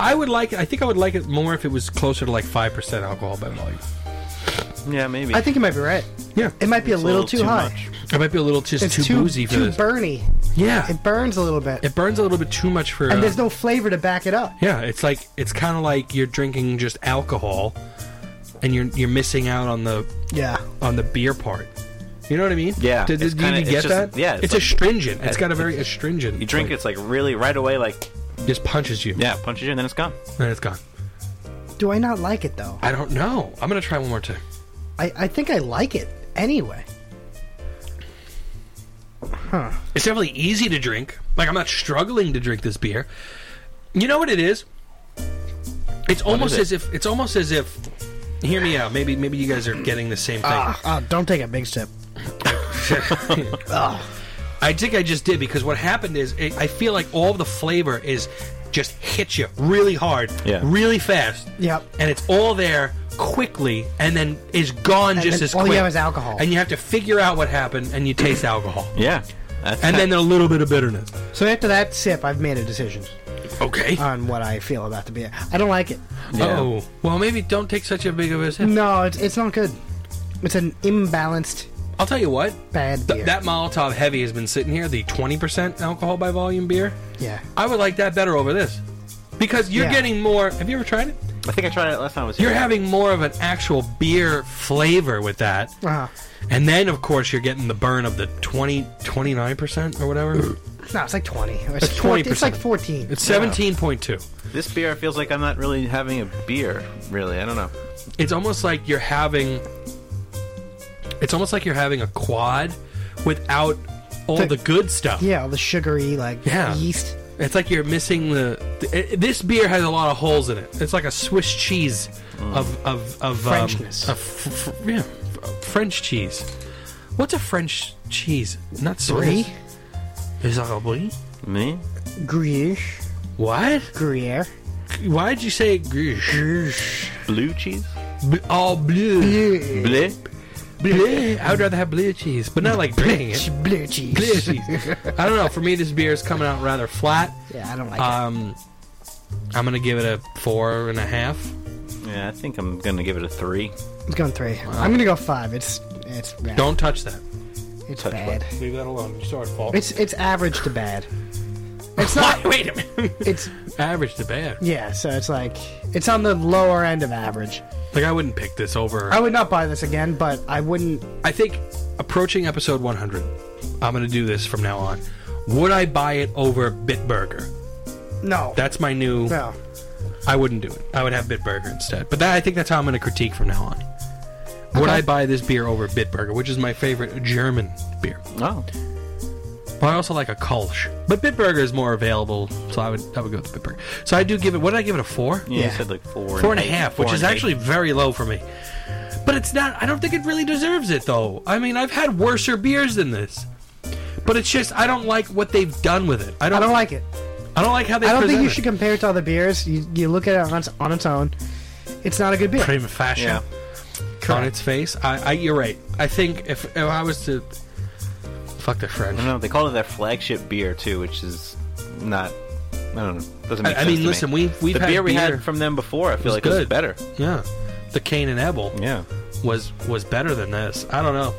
[SPEAKER 1] I would like. I think I would like it more if it was closer to like five percent alcohol by volume.
[SPEAKER 3] Yeah, maybe.
[SPEAKER 2] I think you might be right.
[SPEAKER 1] Yeah,
[SPEAKER 2] It might be a
[SPEAKER 3] It's
[SPEAKER 2] little, too, high.
[SPEAKER 3] much.
[SPEAKER 1] it might be a little just
[SPEAKER 2] It's
[SPEAKER 1] too, boozy for
[SPEAKER 2] too
[SPEAKER 1] this.
[SPEAKER 2] burny.
[SPEAKER 1] yeah, it,
[SPEAKER 2] It burns a little bit,
[SPEAKER 1] burns a little bit too much for. uh,
[SPEAKER 2] and there's no flavor to back it up.
[SPEAKER 1] Yeah, it's like it's kind of like you're drinking just alcohol, and you're you're missing out on the
[SPEAKER 2] Yeah.
[SPEAKER 1] on the beer part. You know what I mean?
[SPEAKER 3] Yeah,
[SPEAKER 1] Did,
[SPEAKER 3] it's
[SPEAKER 1] did,
[SPEAKER 3] kinda-
[SPEAKER 1] you
[SPEAKER 3] it's
[SPEAKER 1] get
[SPEAKER 3] just-
[SPEAKER 1] that?
[SPEAKER 3] yeah,
[SPEAKER 1] It's,
[SPEAKER 3] it's like-
[SPEAKER 1] astringent. It's got a very astringent.
[SPEAKER 3] You drink,
[SPEAKER 1] like,
[SPEAKER 3] it's like really right away. Like,
[SPEAKER 1] Just punches you.
[SPEAKER 3] yeah, punches you, and then it's gone.
[SPEAKER 1] And it's gone.
[SPEAKER 2] Do I not like it though?
[SPEAKER 1] I don't know. I'm gonna try one more time.
[SPEAKER 2] I, I think I like it anyway.
[SPEAKER 1] It's definitely easy to drink. Like I'm not struggling to drink this beer. You know what it is? It's almost
[SPEAKER 3] it?
[SPEAKER 1] as if it's almost as if. Hear me out. Maybe maybe you guys are getting the same thing.
[SPEAKER 2] Ah, don't take a big sip.
[SPEAKER 1] I think I just did because what happened is it, I feel like all the flavor is just hit you really hard,
[SPEAKER 3] Yeah.
[SPEAKER 1] really fast.
[SPEAKER 2] Yep.
[SPEAKER 1] And it's all there quickly and then is gone just
[SPEAKER 2] then
[SPEAKER 1] as
[SPEAKER 2] all you
[SPEAKER 1] quick.
[SPEAKER 2] have is alcohol.
[SPEAKER 1] And you have to figure out what happened and you taste alcohol.
[SPEAKER 3] Yeah. That's
[SPEAKER 1] And then a little bit of bitterness.
[SPEAKER 2] So after that sip, I've made a decision
[SPEAKER 1] Okay.
[SPEAKER 2] on what I feel about the beer. I don't like it.
[SPEAKER 3] Yeah.
[SPEAKER 1] Oh. Well, maybe don't take such a big of a sip.
[SPEAKER 2] No, it's, it's not good. It's an imbalanced
[SPEAKER 1] I'll tell you what.
[SPEAKER 2] bad beer.
[SPEAKER 1] Th- that Molotov Heavy has been sitting here, the 20% alcohol by volume beer.
[SPEAKER 2] yeah.
[SPEAKER 1] I would like that better over this. Because you're
[SPEAKER 2] Yeah.
[SPEAKER 1] getting more. Have you ever tried it?
[SPEAKER 3] I think I tried it last time I was here.
[SPEAKER 1] You're having more of an actual beer flavor with that.
[SPEAKER 2] Uh-huh.
[SPEAKER 1] And then, of course, you're getting the burn of the 20, 29% or
[SPEAKER 2] Uh,
[SPEAKER 1] whatever.
[SPEAKER 2] No, it's like 20. It's,
[SPEAKER 1] It's
[SPEAKER 2] 20 it's like
[SPEAKER 1] 20%.
[SPEAKER 2] 14.
[SPEAKER 1] It's 17.2.
[SPEAKER 3] This beer feels like I'm not really having a beer, really. I don't know.
[SPEAKER 1] It's almost like you're having. It's almost like you're having a quad without all
[SPEAKER 2] The-
[SPEAKER 1] the good stuff.
[SPEAKER 2] yeah, all the sugary, like,
[SPEAKER 1] Yeah.
[SPEAKER 2] yeast.
[SPEAKER 1] It's like you're missing the. th- it- this beer has a lot of holes in it. It's like a Swiss cheese of of of um,
[SPEAKER 2] Frenchness.
[SPEAKER 1] of fr- fr- yeah, f- French cheese. What's a French cheese? Not Swiss.
[SPEAKER 2] Brie?
[SPEAKER 1] Is that a brie?
[SPEAKER 3] Me?
[SPEAKER 2] Gruyere.
[SPEAKER 1] What?
[SPEAKER 2] Gruyere.
[SPEAKER 1] Why did you say grish?
[SPEAKER 3] Blue cheese?
[SPEAKER 1] B- all blue.
[SPEAKER 2] Yeah.
[SPEAKER 3] Bleu?
[SPEAKER 1] blue. I would rather have blue cheese, but not like drinking it.
[SPEAKER 2] Blue cheese.
[SPEAKER 1] Blue cheese. I don't know. For me, this beer is coming out rather flat.
[SPEAKER 2] Yeah, I don't like
[SPEAKER 1] Um, I'm gonna give it a four and a half.
[SPEAKER 3] Yeah, I think I'm gonna give it a three.
[SPEAKER 2] it. It's going three. I'm gonna go five. It's it's bad.
[SPEAKER 1] Don't touch that.
[SPEAKER 2] it's
[SPEAKER 3] touch
[SPEAKER 2] bad.
[SPEAKER 1] Leave that alone. It's our fault.
[SPEAKER 2] It's it's average to bad. It's not.
[SPEAKER 1] Wait a minute.
[SPEAKER 2] It's
[SPEAKER 1] Average to bad.
[SPEAKER 2] yeah. So it's like it's on the lower end of average.
[SPEAKER 1] Like I wouldn't pick this over.
[SPEAKER 2] I would not buy this again, but I wouldn't.
[SPEAKER 1] I think approaching episode 100, I'm gonna do this from now on. Would I buy it over Bitburger?
[SPEAKER 2] No.
[SPEAKER 1] That's my new.
[SPEAKER 2] no.
[SPEAKER 1] I wouldn't do it. I would have Bitburger instead. But that, I think that's how I'm gonna critique from now on. Would
[SPEAKER 2] Okay.
[SPEAKER 1] I buy this beer over Bitburger, which is my favorite German beer?
[SPEAKER 3] Oh.
[SPEAKER 1] But I also like a Kolsch. But Bitburger is more available, so I would I would go with Bitburger. So I do give it. What did I give it a four?
[SPEAKER 3] Yeah,
[SPEAKER 2] Yeah.
[SPEAKER 3] you said like four.
[SPEAKER 1] Four and a
[SPEAKER 3] eight,
[SPEAKER 1] half,
[SPEAKER 3] four
[SPEAKER 1] which is
[SPEAKER 3] and eight.
[SPEAKER 1] actually very low for me. But it's not. I don't think it really deserves it, though. I mean, I've had worser beers than this. But it's just I don't like what they've done with it. I don't.
[SPEAKER 2] I don't like it.
[SPEAKER 1] I don't like how they.
[SPEAKER 2] I don't think
[SPEAKER 1] present
[SPEAKER 2] you
[SPEAKER 1] it.
[SPEAKER 2] should compare it to other beers. You, you look at it on its, on its own. It's not a good beer.
[SPEAKER 1] prima fashion
[SPEAKER 3] Yeah.
[SPEAKER 1] on its face. I, I. You're right. I think if if I was to. Fuck the French.
[SPEAKER 3] I don't know. They call it their flagship beer too, which is not. I don't know. Doesn't make
[SPEAKER 1] I- I
[SPEAKER 3] sense
[SPEAKER 1] mean,
[SPEAKER 3] to me.
[SPEAKER 1] listen, we've- we've
[SPEAKER 3] the
[SPEAKER 1] had
[SPEAKER 3] beer we
[SPEAKER 1] beer-
[SPEAKER 3] had from them before. I feel
[SPEAKER 1] was
[SPEAKER 3] like it was
[SPEAKER 1] good.
[SPEAKER 3] better.
[SPEAKER 1] Yeah, the Cain and Abel
[SPEAKER 3] Yeah.
[SPEAKER 1] was was better than this. I don't know.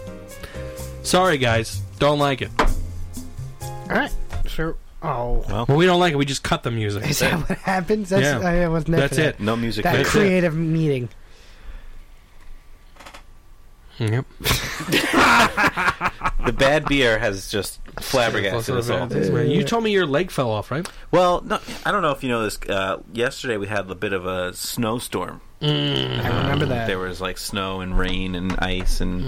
[SPEAKER 1] Sorry, guys, don't like it.
[SPEAKER 2] All right. Sure. Oh.
[SPEAKER 3] Well,
[SPEAKER 1] When we don't like it, we just cut the music.
[SPEAKER 2] Is that what happens? That's,
[SPEAKER 1] Yeah.
[SPEAKER 2] I was never
[SPEAKER 1] That's it.
[SPEAKER 3] no music.
[SPEAKER 2] That
[SPEAKER 1] That's
[SPEAKER 3] later.
[SPEAKER 1] it.
[SPEAKER 2] creative meeting.
[SPEAKER 1] Yep.
[SPEAKER 3] the bad beer has just flabbergasted us all.
[SPEAKER 1] You told me your leg fell off, right?
[SPEAKER 3] Well, no, I don't know if you know this. Uh, yesterday we had a bit of a snowstorm. Mm-hmm.
[SPEAKER 2] I remember that.
[SPEAKER 3] There was like snow and rain and ice, and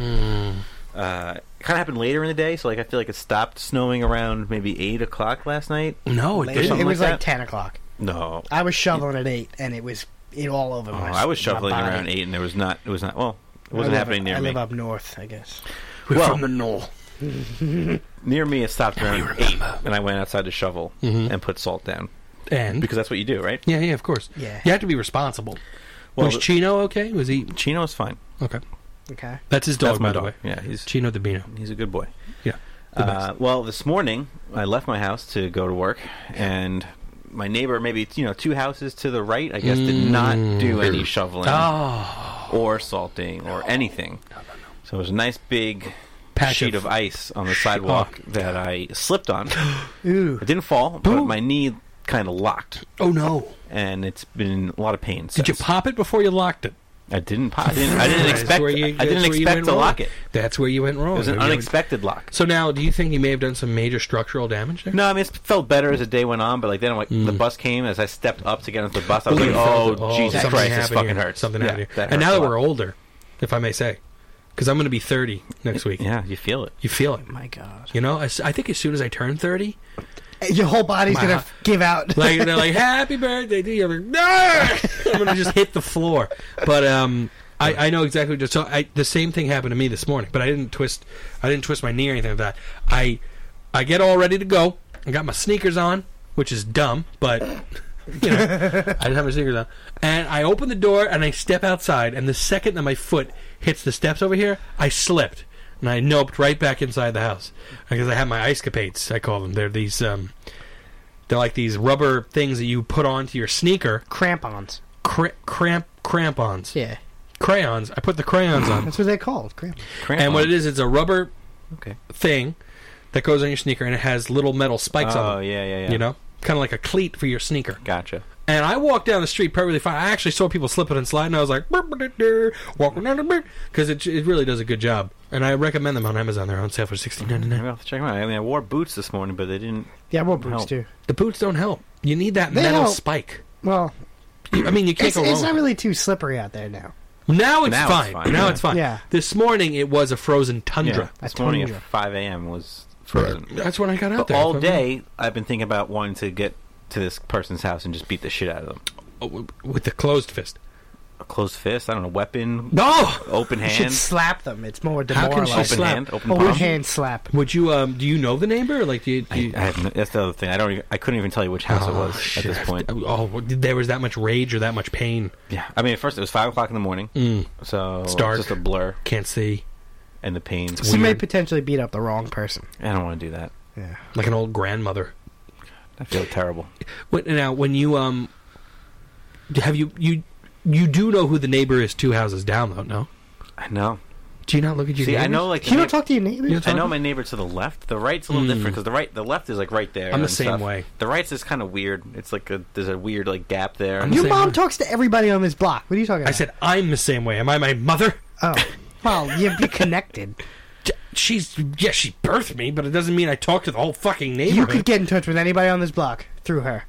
[SPEAKER 3] uh, it kind of happened later in the day. So like I feel like it stopped snowing around maybe eight o'clock last night.
[SPEAKER 1] No, it
[SPEAKER 2] Later.
[SPEAKER 1] didn't.
[SPEAKER 2] It
[SPEAKER 3] something
[SPEAKER 2] was
[SPEAKER 3] like
[SPEAKER 2] like
[SPEAKER 3] that.
[SPEAKER 2] ten o'clock.
[SPEAKER 3] No,
[SPEAKER 2] I was shoveling at eight, and it was it all over.
[SPEAKER 3] Oh,
[SPEAKER 2] my
[SPEAKER 3] I was
[SPEAKER 2] my
[SPEAKER 3] shoveling
[SPEAKER 2] body.
[SPEAKER 3] around eight, and there was not. It was not. Well, it
[SPEAKER 2] I
[SPEAKER 3] wasn't
[SPEAKER 2] live-
[SPEAKER 3] happening near
[SPEAKER 2] I
[SPEAKER 3] me.
[SPEAKER 2] live up north, I guess.
[SPEAKER 1] We're
[SPEAKER 3] Well-
[SPEAKER 1] from the knoll.
[SPEAKER 3] Near me, it stopped
[SPEAKER 1] you
[SPEAKER 3] around eight,
[SPEAKER 1] remember.
[SPEAKER 3] and I went outside to shovel
[SPEAKER 1] Mhm.
[SPEAKER 3] and put salt down
[SPEAKER 1] And
[SPEAKER 3] because that's what you do, right?
[SPEAKER 1] yeah, yeah, of course.
[SPEAKER 2] Yeah.
[SPEAKER 1] You have to be responsible.
[SPEAKER 3] Well,
[SPEAKER 1] was
[SPEAKER 3] the-
[SPEAKER 1] Chino okay? Was he
[SPEAKER 3] Chino's fine.
[SPEAKER 1] okay?
[SPEAKER 2] Okay.
[SPEAKER 1] That's his dog,
[SPEAKER 3] that's my
[SPEAKER 1] by the
[SPEAKER 3] dog.
[SPEAKER 1] way.
[SPEAKER 3] Yeah, he's
[SPEAKER 1] Chino the Beano.
[SPEAKER 3] he's a good boy.
[SPEAKER 1] Yeah. The best.
[SPEAKER 3] Uh, well, this morning I left my house to go to work, and my neighbor, maybe you know, two houses to the right, I guess, did not do any shoveling
[SPEAKER 1] Mm. Oh,
[SPEAKER 3] or salting or anything. So it was a nice big
[SPEAKER 1] Patch
[SPEAKER 3] sheet
[SPEAKER 1] of- Oh.
[SPEAKER 3] of ice on the sidewalk that I slipped on. I
[SPEAKER 2] Ooh.
[SPEAKER 3] didn't fall, but
[SPEAKER 1] Ooh.
[SPEAKER 3] my knee kind of locked,
[SPEAKER 1] oh no!
[SPEAKER 3] and it's been a lot of pain.
[SPEAKER 1] Did you
[SPEAKER 3] since.
[SPEAKER 1] pop it before you locked it?
[SPEAKER 3] I didn't pop. I didn't, I didn't
[SPEAKER 1] That's
[SPEAKER 3] expect.
[SPEAKER 1] where you-
[SPEAKER 3] I
[SPEAKER 1] that's
[SPEAKER 3] didn't
[SPEAKER 1] where you
[SPEAKER 3] expect
[SPEAKER 1] went
[SPEAKER 3] to
[SPEAKER 1] wrong.
[SPEAKER 3] lock it.
[SPEAKER 1] That's where you went wrong.
[SPEAKER 3] It was an
[SPEAKER 1] Maybe you-
[SPEAKER 3] unexpected lock.
[SPEAKER 1] So now, do you think he may have done some major structural damage there?
[SPEAKER 3] No, I mean it felt better as the day went on, but like then like the bus came as I stepped up to get onto the bus, I was
[SPEAKER 1] Mm. Well, you
[SPEAKER 3] like,
[SPEAKER 1] felt
[SPEAKER 3] "Oh,
[SPEAKER 1] it.
[SPEAKER 3] Jesus
[SPEAKER 1] something
[SPEAKER 3] Christ, this
[SPEAKER 1] happened
[SPEAKER 3] fucking
[SPEAKER 1] here.
[SPEAKER 3] hurts."
[SPEAKER 1] Something
[SPEAKER 3] yeah,
[SPEAKER 1] happened here.
[SPEAKER 3] that
[SPEAKER 1] And now
[SPEAKER 3] hurts
[SPEAKER 1] that
[SPEAKER 3] a
[SPEAKER 1] we're
[SPEAKER 3] lot.
[SPEAKER 1] older, if I may say, because I'm going to be 30 next week,
[SPEAKER 3] yeah, you feel it.
[SPEAKER 1] you feel it.
[SPEAKER 2] My God. Eh,
[SPEAKER 1] You know, as- I think as soon as I turn 30,
[SPEAKER 2] Your whole body's
[SPEAKER 1] My
[SPEAKER 2] gonna
[SPEAKER 1] heart-
[SPEAKER 2] give out.
[SPEAKER 1] like they're like happy birthday to you. I'm, like, "No!" I'm gonna just hit the floor. But um, I, I know exactly. What you're, so I, the same thing happened to me this morning, but I didn't twist. I didn't twist my knee or anything like that. I I get all ready to go. I got my sneakers on, which is dumb, but you know, I didn't have my sneakers on. And I open the door and I step outside. And the second that my foot hits the steps over here, I slipped. And I noped right back inside the house because I had my ice capades. I call them. They're these um, they're like these rubber things that you put onto your sneaker.
[SPEAKER 2] crampons.
[SPEAKER 1] Cr- cramp crampons.
[SPEAKER 2] Yeah.
[SPEAKER 1] Crayons. I put the crayons on.
[SPEAKER 2] That's what they're called. Crampons.
[SPEAKER 3] Cramp
[SPEAKER 1] and what
[SPEAKER 3] on.
[SPEAKER 1] it is, it's a rubber
[SPEAKER 3] Okay.
[SPEAKER 1] thing that goes on your sneaker and it has little metal spikes
[SPEAKER 3] oh
[SPEAKER 1] on it.
[SPEAKER 3] yeah, yeah, yeah.
[SPEAKER 1] You know? Kind of like a cleat for your sneaker.
[SPEAKER 3] gotcha.
[SPEAKER 1] And I walked down the street perfectly fine. I actually saw people slipping and sliding. I was like, "Burp, burp, burp, walking down the because it, it really does a good job. And I recommend them on Amazon. They're on sale for sixteen ninety
[SPEAKER 3] Maybe
[SPEAKER 1] nine.
[SPEAKER 3] I'll have to check them out. I mean, I wore boots this morning, but they didn't.
[SPEAKER 2] Yeah, I wore boots
[SPEAKER 3] Help.
[SPEAKER 2] too.
[SPEAKER 1] The boots don't help. You need that
[SPEAKER 2] They
[SPEAKER 1] metal
[SPEAKER 2] help.
[SPEAKER 1] spike.
[SPEAKER 2] Well,
[SPEAKER 1] I mean, you can't
[SPEAKER 2] it's,
[SPEAKER 1] go wrong.
[SPEAKER 2] it's not
[SPEAKER 1] with
[SPEAKER 2] really too slippery out there now.
[SPEAKER 1] it. now it's
[SPEAKER 3] Now it's
[SPEAKER 1] fine.
[SPEAKER 3] fine,
[SPEAKER 1] Now
[SPEAKER 3] yeah.
[SPEAKER 1] it's fine.
[SPEAKER 2] Yeah.
[SPEAKER 1] This morning it was a frozen tundra.
[SPEAKER 2] I
[SPEAKER 3] This morning at
[SPEAKER 2] told you.
[SPEAKER 3] 5 a.m. was frozen.
[SPEAKER 1] That's when I got out
[SPEAKER 3] But
[SPEAKER 1] there.
[SPEAKER 3] all day, I've been thinking about wanting to get to this person's house and just beat the shit out of them.
[SPEAKER 1] Oh, with the closed fist.
[SPEAKER 3] A closed fist, I don't know, weapon,
[SPEAKER 1] No.
[SPEAKER 3] open
[SPEAKER 2] You should
[SPEAKER 3] hand,
[SPEAKER 2] slap them. It's more
[SPEAKER 1] How can
[SPEAKER 2] demoralizing.
[SPEAKER 1] she
[SPEAKER 3] open
[SPEAKER 1] slap?
[SPEAKER 3] hand, open
[SPEAKER 2] Oh,
[SPEAKER 3] palm.
[SPEAKER 2] hand slap.
[SPEAKER 1] Would you um? Do you know the neighbor? Or, Like, do you? Do
[SPEAKER 3] I,
[SPEAKER 1] you
[SPEAKER 3] I have no, that's the other thing. I don't. Even, I couldn't even tell you which house it
[SPEAKER 1] Oh,
[SPEAKER 3] was
[SPEAKER 1] shit.
[SPEAKER 3] at this point.
[SPEAKER 1] Oh, well, there was that much rage or that much pain.
[SPEAKER 3] Yeah, I mean, at first it was five o'clock in the morning,
[SPEAKER 1] Mm,
[SPEAKER 3] so
[SPEAKER 1] It's dark.
[SPEAKER 3] just a blur
[SPEAKER 1] can't see.
[SPEAKER 3] and the pain.
[SPEAKER 2] She may potentially beat up the wrong person.
[SPEAKER 3] I don't want to do that.
[SPEAKER 2] Yeah.
[SPEAKER 1] Like an old grandmother.
[SPEAKER 3] I feel terrible.
[SPEAKER 1] Wait, now, when you um, have you you you do know who the neighbor is two houses down though? No.
[SPEAKER 3] I know.
[SPEAKER 1] Do you not look at your?
[SPEAKER 3] See, I
[SPEAKER 1] neighbors?
[SPEAKER 3] know like the
[SPEAKER 2] You don't
[SPEAKER 3] neighbor-
[SPEAKER 2] talk to your neighbors.
[SPEAKER 1] You don't
[SPEAKER 3] I know my neighbor to the left. The right's a little different because the right, the left is like right there.
[SPEAKER 1] Hmm. I'm the
[SPEAKER 3] and
[SPEAKER 1] same
[SPEAKER 3] stuff.
[SPEAKER 1] way.
[SPEAKER 3] The right's is kind of weird. It's like a there's a weird like gap there.
[SPEAKER 1] I'm
[SPEAKER 3] And
[SPEAKER 1] the
[SPEAKER 2] Your
[SPEAKER 1] same
[SPEAKER 2] mom
[SPEAKER 1] way.
[SPEAKER 2] talks to everybody on this block. What are you talking about?
[SPEAKER 1] I said I'm the same way. Am I my mother?
[SPEAKER 2] Oh, well, you'd be connected.
[SPEAKER 1] J- She's yeah, she birthed me, but it doesn't mean I talk to the whole fucking neighborhood.
[SPEAKER 2] you could get in touch with anybody on this block through her.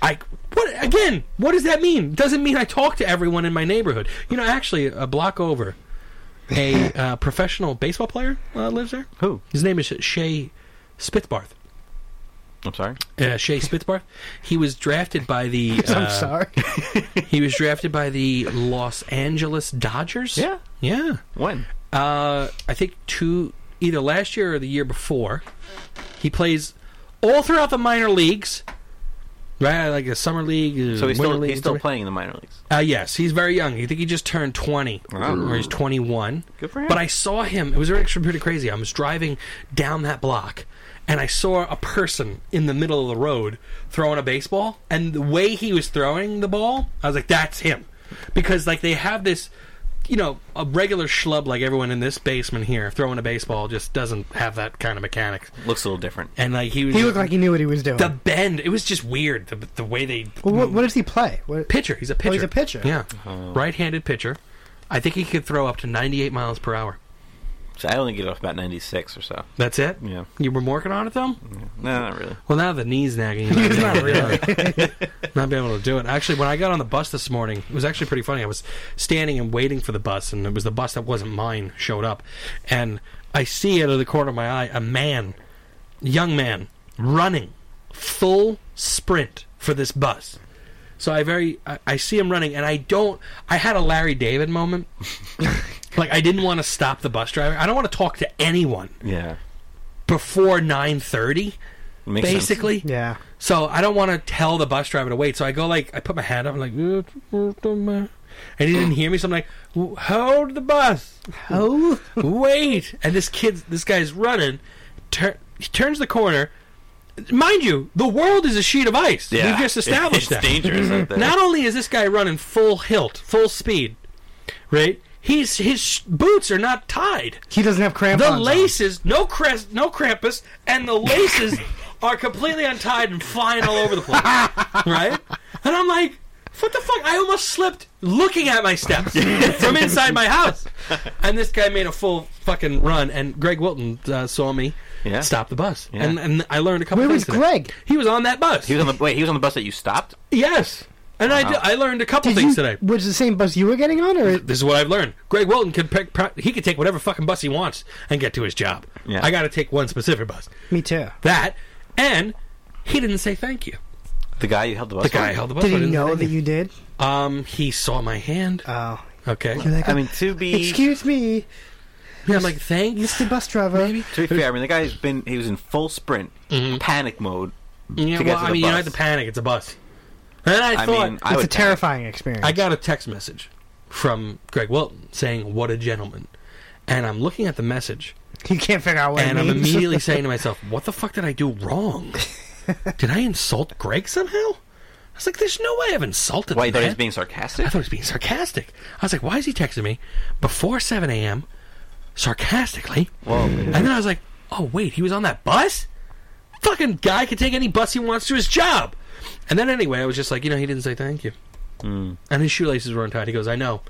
[SPEAKER 1] I what again? What does that mean? Doesn't mean I talk to everyone in my neighborhood. You know, actually, a block over, a uh, professional baseball player uh, lives there.
[SPEAKER 3] Who?
[SPEAKER 1] His name is Shea Spitbarth.
[SPEAKER 3] I'm sorry.
[SPEAKER 1] Uh, Shea Spitbarth. He was drafted by the.
[SPEAKER 2] I'm
[SPEAKER 1] uh,
[SPEAKER 2] sorry.
[SPEAKER 1] He was drafted by the Los Angeles Dodgers.
[SPEAKER 3] Yeah.
[SPEAKER 1] Yeah.
[SPEAKER 3] When?
[SPEAKER 1] Uh, I think two, either last year or the year before. He plays all throughout the minor leagues, right? Like the summer league. uh,
[SPEAKER 3] So he's
[SPEAKER 1] winter
[SPEAKER 3] still
[SPEAKER 1] league,
[SPEAKER 3] he's still
[SPEAKER 1] whatever.
[SPEAKER 3] playing in the minor leagues.
[SPEAKER 1] Uh, yes, he's very young. I think he just turned 20,
[SPEAKER 3] Wow.
[SPEAKER 1] or he's 21.
[SPEAKER 3] Good for him.
[SPEAKER 1] But I saw him. It was actually pretty crazy. I was driving down that block, and I saw a person in the middle of the road throwing a baseball. And the way he was throwing the ball, I was like, "That's him," because like they have this, you know, a regular schlub like everyone in this basement here throwing a baseball just doesn't have that kind of mechanics.
[SPEAKER 3] Looks a little different.
[SPEAKER 1] And like he was,
[SPEAKER 2] he looked like he knew what he was doing.
[SPEAKER 1] the bend. It was just weird the, the way they
[SPEAKER 2] well, what, what does he play? What,
[SPEAKER 1] pitcher. He's a pitcher.
[SPEAKER 2] Oh, he's a pitcher.
[SPEAKER 1] Yeah, right-handed pitcher. I think he could throw up to 98 miles per hour.
[SPEAKER 3] So I only get off about 96 or so.
[SPEAKER 1] That's it.
[SPEAKER 3] Yeah.
[SPEAKER 1] You were working on it though.
[SPEAKER 3] No, not really.
[SPEAKER 1] Well, now the knee's nagging. Not,
[SPEAKER 2] He's not really.
[SPEAKER 1] not being able to do it. Actually, when I got on the bus this morning, it was actually pretty funny. I was standing and waiting for the bus, and it was the bus that wasn't mine showed up, and I see out of the corner of my eye a man, young man, running full sprint for this bus. So I very I, I see him running, and I don't. I had a Larry David moment. like I didn't want to stop the bus driver. I don't want to talk to anyone
[SPEAKER 3] Yeah.
[SPEAKER 1] before nine thirty.
[SPEAKER 3] Makes sense.
[SPEAKER 1] Basically,
[SPEAKER 2] Yeah.
[SPEAKER 1] so I don't want to tell the bus driver to wait. So I go like I put my hand up, I'm like, and he didn't hear me. So I'm like, hold the bus,
[SPEAKER 2] Oh,
[SPEAKER 1] wait. And this kid, this guy's running. Tur- he turns the corner. Mind you, the world is a sheet of ice.
[SPEAKER 3] Yeah.
[SPEAKER 1] We've just established that.
[SPEAKER 3] it's dangerous out there.
[SPEAKER 1] Not only is this guy running full hilt, full speed, right? He's his boots are not tied.
[SPEAKER 2] he doesn't have crampons.
[SPEAKER 1] The
[SPEAKER 2] on.
[SPEAKER 1] laces, no crest, no Krampus, and the laces are completely untied and flying all over the place, right? And I'm like, what the fuck? I almost slipped looking at my steps from inside my house. And this guy made a full fucking run, and Greg Wilton uh, saw me
[SPEAKER 3] Yeah.
[SPEAKER 1] stop the bus,
[SPEAKER 3] Yeah.
[SPEAKER 1] and and I learned a couple.
[SPEAKER 2] Where was
[SPEAKER 1] things today.
[SPEAKER 2] Greg?
[SPEAKER 1] He was on that bus.
[SPEAKER 3] He was on the wait. He was on the bus that you stopped.
[SPEAKER 1] yes, and I d- I learned a couple
[SPEAKER 2] Did you,
[SPEAKER 1] things today.
[SPEAKER 2] Was it the same bus you were getting on, or
[SPEAKER 1] This is what I've learned. Greg Wilton can pick, pro- he could take whatever fucking bus he wants and get to his job.
[SPEAKER 3] Yeah.
[SPEAKER 1] I got to take one specific bus.
[SPEAKER 2] me too?
[SPEAKER 1] that, and he didn't say thank you.
[SPEAKER 3] The guy you held the bus.
[SPEAKER 1] The guy
[SPEAKER 3] on?
[SPEAKER 1] held the bus.
[SPEAKER 2] Did
[SPEAKER 1] but
[SPEAKER 2] he
[SPEAKER 1] didn't
[SPEAKER 2] know
[SPEAKER 1] thank
[SPEAKER 2] that you did?
[SPEAKER 1] you. Um, he saw my hand.
[SPEAKER 3] Uh,
[SPEAKER 2] Oh,
[SPEAKER 1] Okay.
[SPEAKER 2] You're like, "Oh,
[SPEAKER 3] I mean, to be
[SPEAKER 2] excuse me,
[SPEAKER 1] Yeah, I'm like, thank you.
[SPEAKER 2] Mr. Bus Driver.
[SPEAKER 3] To be fair, I mean the guy's been he was in full sprint,
[SPEAKER 1] Mm-hmm.
[SPEAKER 3] panic mode.
[SPEAKER 1] Yeah,
[SPEAKER 3] to get
[SPEAKER 1] well,
[SPEAKER 3] to
[SPEAKER 1] I
[SPEAKER 3] the
[SPEAKER 1] mean, you don't
[SPEAKER 3] bus.
[SPEAKER 1] have to panic. It's a bus. And I,
[SPEAKER 3] I
[SPEAKER 1] thought
[SPEAKER 3] mean, I
[SPEAKER 2] It's
[SPEAKER 3] would
[SPEAKER 2] a terrifying experience.
[SPEAKER 1] I got a text message from Greg Wilton saying, "What a gentleman." And I'm looking at the message,
[SPEAKER 2] you can't figure out what
[SPEAKER 1] and
[SPEAKER 2] it
[SPEAKER 1] I'm
[SPEAKER 2] means.
[SPEAKER 1] immediately saying to myself, "What the fuck did I do wrong? did I insult Greg somehow?" I was like, "There's no way I've insulted."
[SPEAKER 3] Panic. Why you thought he
[SPEAKER 1] that.
[SPEAKER 3] was being sarcastic?
[SPEAKER 1] I thought he was being sarcastic. I was like, why is he texting me before 7 a.m. sarcastically?
[SPEAKER 3] Whoa,
[SPEAKER 1] and then I was like, oh, wait, he was on that bus? Fucking guy can take any bus he wants to his job. And then anyway, I was just like, you know, he didn't say thank you.
[SPEAKER 3] Mm.
[SPEAKER 1] And his shoelaces were untied. He goes, I know.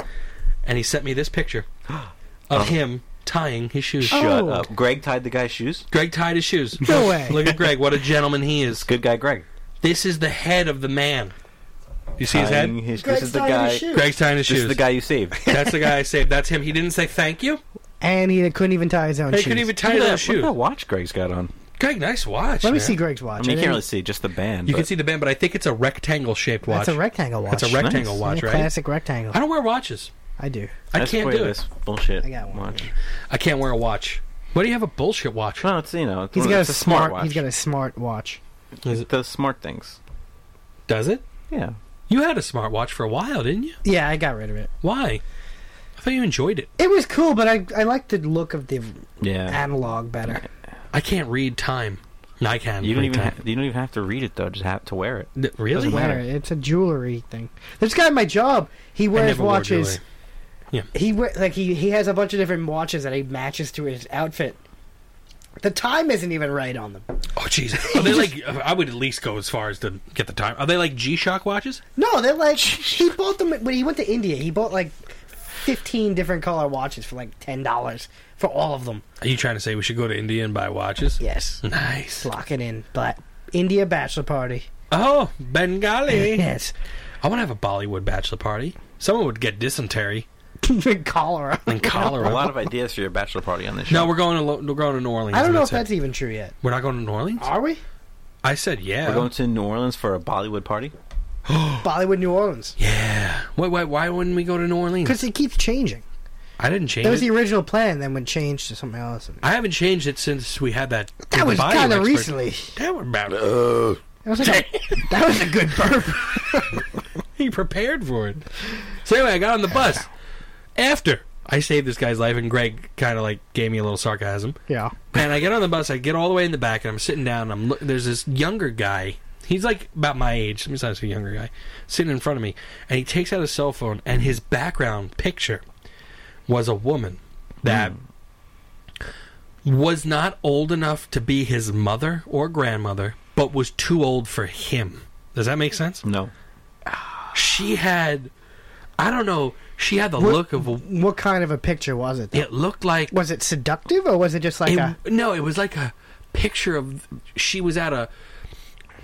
[SPEAKER 1] And he sent me this picture of
[SPEAKER 3] Oh.
[SPEAKER 1] him tying his shoes.
[SPEAKER 3] Shut
[SPEAKER 2] Oh.
[SPEAKER 3] up. Greg tied the guy's shoes.
[SPEAKER 1] Greg tied his shoes.
[SPEAKER 2] No way.
[SPEAKER 1] Look at Greg. What a gentleman he is.
[SPEAKER 3] Good guy, Greg.
[SPEAKER 1] This is the head of the man. You see his
[SPEAKER 3] Tying
[SPEAKER 1] head?
[SPEAKER 3] his-
[SPEAKER 2] Greg's
[SPEAKER 3] this is the
[SPEAKER 2] tying his
[SPEAKER 3] guy.
[SPEAKER 2] shoes.
[SPEAKER 1] Greg's tying his
[SPEAKER 3] This is
[SPEAKER 1] shoes.
[SPEAKER 3] the guy you saved.
[SPEAKER 1] That's the guy I saved. That's him. He didn't say thank you.
[SPEAKER 2] And he couldn't even tie his own
[SPEAKER 1] He
[SPEAKER 2] shoes.
[SPEAKER 1] couldn't even tie
[SPEAKER 3] Look at
[SPEAKER 1] his
[SPEAKER 3] that-
[SPEAKER 1] own
[SPEAKER 3] Look
[SPEAKER 1] shoe.
[SPEAKER 3] at that watch Greg's got on.
[SPEAKER 1] Greg, nice watch.
[SPEAKER 2] Let me
[SPEAKER 1] man.
[SPEAKER 2] see Greg's watch.
[SPEAKER 3] I mean, you
[SPEAKER 2] I
[SPEAKER 3] can't
[SPEAKER 2] didn't-
[SPEAKER 3] really see just the band.
[SPEAKER 1] You
[SPEAKER 3] but
[SPEAKER 1] can see the band, but I think it's a rectangle shaped watch.
[SPEAKER 2] That's a rectangle watch.
[SPEAKER 1] That's a rectangle
[SPEAKER 3] Nice.
[SPEAKER 1] watch,
[SPEAKER 2] Yeah,
[SPEAKER 1] right?
[SPEAKER 2] Classic rectangle.
[SPEAKER 1] I don't wear watches.
[SPEAKER 2] I do.
[SPEAKER 1] I
[SPEAKER 3] that's
[SPEAKER 1] can't
[SPEAKER 3] where
[SPEAKER 1] do it.
[SPEAKER 3] this bullshit.
[SPEAKER 2] I got one.
[SPEAKER 3] Watch.
[SPEAKER 1] I can't wear a watch. Why do you have a bullshit watch?
[SPEAKER 3] No, it's you know, it's,
[SPEAKER 2] He's
[SPEAKER 3] one-
[SPEAKER 2] got a
[SPEAKER 3] it's a
[SPEAKER 2] smart.
[SPEAKER 3] watch.
[SPEAKER 2] He's got a smart watch.
[SPEAKER 1] Is it-
[SPEAKER 3] those smart things.
[SPEAKER 1] does it?
[SPEAKER 3] Yeah.
[SPEAKER 1] You had a smartwatch for a while, didn't you?
[SPEAKER 2] Yeah, I got rid of it.
[SPEAKER 1] Why? I thought you enjoyed it.
[SPEAKER 2] It was cool, but I I liked the look of the
[SPEAKER 3] Yeah.
[SPEAKER 2] analog better.
[SPEAKER 1] I can't read time. No, I can.
[SPEAKER 3] You don't
[SPEAKER 1] read
[SPEAKER 3] even
[SPEAKER 1] time.
[SPEAKER 3] ha- you don't even have to read it though. Just have to wear it.
[SPEAKER 1] N- really?
[SPEAKER 3] Doesn't matter.
[SPEAKER 2] Wear it. It's a jewelry thing. This guy at my job, he
[SPEAKER 1] I
[SPEAKER 2] wears
[SPEAKER 1] never wore
[SPEAKER 2] watches.
[SPEAKER 1] jewelry.
[SPEAKER 2] He wear, like he he has a bunch of different watches that he matches to his outfit. The time isn't even right on them.
[SPEAKER 1] Oh, Jesus. Are they like? I would at least go as far as to get the time. Are they like G-Shock watches?
[SPEAKER 2] No, they're like he bought them when he went to India. He bought like fifteen different color watches for like ten dollars for all of them.
[SPEAKER 1] Are you trying to say we should go to India and buy watches?
[SPEAKER 2] Yes,
[SPEAKER 1] Nice.
[SPEAKER 2] lock it in. But India bachelor party.
[SPEAKER 1] Oh, Bengali.
[SPEAKER 2] Yes,
[SPEAKER 1] I want to have a Bollywood bachelor party. Someone would get dysentery
[SPEAKER 2] cholera.
[SPEAKER 1] and cholera.
[SPEAKER 3] A lot of ideas for your bachelor party on this show.
[SPEAKER 1] no, we're going to Lo- we're going to New Orleans.
[SPEAKER 2] I don't
[SPEAKER 1] and
[SPEAKER 2] know if
[SPEAKER 1] it.
[SPEAKER 2] that's even true yet.
[SPEAKER 1] We're not going to New Orleans.
[SPEAKER 2] Are we?
[SPEAKER 1] I said yeah.
[SPEAKER 3] We're going to New Orleans for a Bollywood party.
[SPEAKER 2] Bollywood, New Orleans,
[SPEAKER 1] yeah. Why, why why wouldn't we go to New Orleans?
[SPEAKER 2] because it keeps changing.
[SPEAKER 1] I didn't change
[SPEAKER 2] That was e-
[SPEAKER 1] it.
[SPEAKER 2] the original plan, then went changed to something else.
[SPEAKER 1] I haven't changed it since we had that. with the
[SPEAKER 2] That was
[SPEAKER 1] bio
[SPEAKER 2] kind of
[SPEAKER 1] expert.
[SPEAKER 2] recently.
[SPEAKER 1] That was about. uh,
[SPEAKER 2] That was like a, that was a good burp.
[SPEAKER 1] he prepared for it. So anyway, I got on the bus after I saved this guy's life, and Greg kind of like gave me a little sarcasm.
[SPEAKER 2] Yeah.
[SPEAKER 1] And I get on the bus. I get all the way in the back, and I'm sitting down. And I'm look, there's this younger guy. He's like about my age. He's not a younger guy sitting in front of me, and he takes out his cell phone. And his background picture was a woman that was not old enough to be his mother or grandmother, but was too old for him. Does that make sense?
[SPEAKER 3] No.
[SPEAKER 1] She had, I don't know. She had the
[SPEAKER 2] What-
[SPEAKER 1] look of a.
[SPEAKER 2] What kind of a picture was it? Though?
[SPEAKER 1] It looked like
[SPEAKER 2] Was it seductive or was it just like
[SPEAKER 1] It-
[SPEAKER 2] a?
[SPEAKER 1] no, it was like a picture of she was at a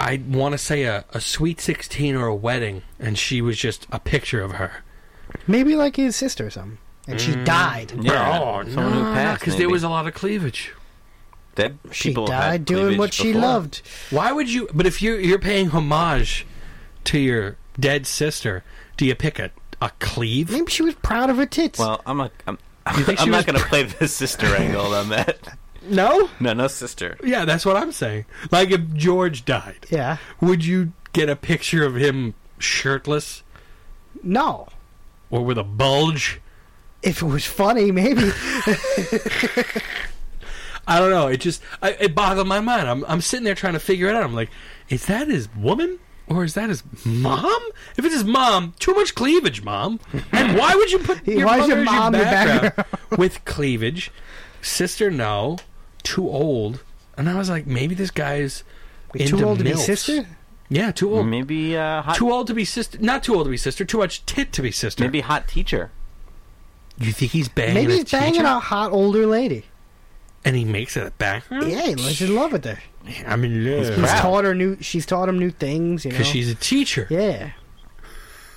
[SPEAKER 1] I want to say a, a sweet 16 or a wedding and she was just a picture of her.
[SPEAKER 2] Maybe like his sister or something. And she died.
[SPEAKER 3] Yeah.
[SPEAKER 1] oh,
[SPEAKER 3] someone who passed.
[SPEAKER 1] cuz there
[SPEAKER 3] maybe.
[SPEAKER 1] was a lot of cleavage.
[SPEAKER 3] dead
[SPEAKER 2] She
[SPEAKER 3] people had
[SPEAKER 2] died doing
[SPEAKER 3] cleavage
[SPEAKER 2] what she
[SPEAKER 3] before.
[SPEAKER 2] loved.
[SPEAKER 1] Why would you but if you are you're paying homage to your dead sister, do you pick a a cleave?
[SPEAKER 2] Maybe she was proud of her tits.
[SPEAKER 3] Well, I'm not. I'm,
[SPEAKER 1] think she
[SPEAKER 3] I'm
[SPEAKER 1] was
[SPEAKER 3] not going to play the sister angle on that.
[SPEAKER 2] no.
[SPEAKER 3] No, no sister.
[SPEAKER 1] Yeah, that's what I'm saying. Like if George died,
[SPEAKER 2] Yeah.
[SPEAKER 1] would you get a picture of him shirtless
[SPEAKER 2] No.
[SPEAKER 1] or with a bulge?
[SPEAKER 2] If it was funny, maybe.
[SPEAKER 1] I don't know. It just I, it boggled my mind. I'm I'm sitting there trying to figure it out. I'm like, is that his woman or is that his mom? If it's his mom, too much cleavage, mom. And why would you put your
[SPEAKER 2] Why is
[SPEAKER 1] mother
[SPEAKER 2] your
[SPEAKER 1] as
[SPEAKER 2] mom your
[SPEAKER 1] your background with cleavage? Sister, no, too old. And I was like, maybe this guy's into
[SPEAKER 2] Too old to be
[SPEAKER 1] MILFs.
[SPEAKER 2] sister.
[SPEAKER 1] Yeah, too old.
[SPEAKER 3] Maybe uh, hot.
[SPEAKER 1] Too old to be sister. Not too old to be sister. Too much tit to be sister.
[SPEAKER 3] Maybe hot teacher.
[SPEAKER 1] you think he's banging
[SPEAKER 2] Maybe
[SPEAKER 1] his
[SPEAKER 2] he's banging
[SPEAKER 1] teacher?
[SPEAKER 2] a hot older lady.
[SPEAKER 1] and he makes it a background.
[SPEAKER 2] Yeah, he's in love with her.
[SPEAKER 1] I'm in love
[SPEAKER 2] He's
[SPEAKER 3] Proud.
[SPEAKER 2] taught her new. She's taught him new things. You know.
[SPEAKER 1] because she's a teacher.
[SPEAKER 2] yeah.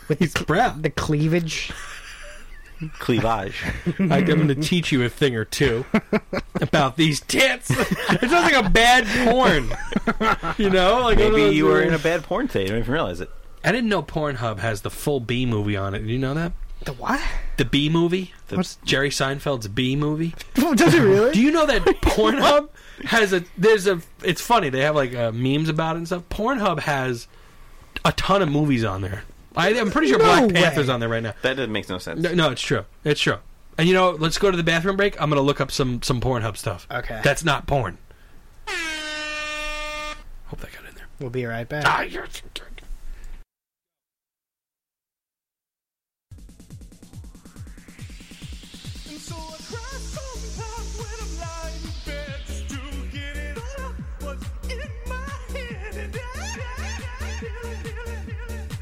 [SPEAKER 2] With
[SPEAKER 1] He's
[SPEAKER 2] the, cl-
[SPEAKER 1] proud.
[SPEAKER 2] the cleavage.
[SPEAKER 3] Cleavage.
[SPEAKER 1] Like, I'm going to teach you a thing or two about these tits. It sounds like a bad porn. You know, like one of
[SPEAKER 3] Maybe
[SPEAKER 1] those
[SPEAKER 3] you were in
[SPEAKER 1] little-
[SPEAKER 3] a bad porn today. You don't even realize it.
[SPEAKER 1] I didn't know Pornhub has the full B movie on it. Did you know that?
[SPEAKER 2] The what?
[SPEAKER 1] The B movie,
[SPEAKER 3] The-
[SPEAKER 2] What's-
[SPEAKER 1] Jerry Seinfeld's B movie.
[SPEAKER 2] Does it really?
[SPEAKER 1] Do you know that Pornhub has a? There's a. It's funny they have like uh, memes about it and stuff. Pornhub has a ton of movies on there. I, I'm pretty sure
[SPEAKER 2] No
[SPEAKER 1] Black
[SPEAKER 2] way.
[SPEAKER 1] Panther's on there right now.
[SPEAKER 3] That doesn't make no sense.
[SPEAKER 1] No, no, it's true. It's true. And you know, let's go to the bathroom break. I'm gonna look up some some Pornhub stuff.
[SPEAKER 2] Okay.
[SPEAKER 1] That's not porn. Hope that got in there.
[SPEAKER 2] We'll be right back.
[SPEAKER 1] Ah, you're-
[SPEAKER 4] And so I cry sometimes when I'm lying in bed just to get it all out. What's in my head and I, I feel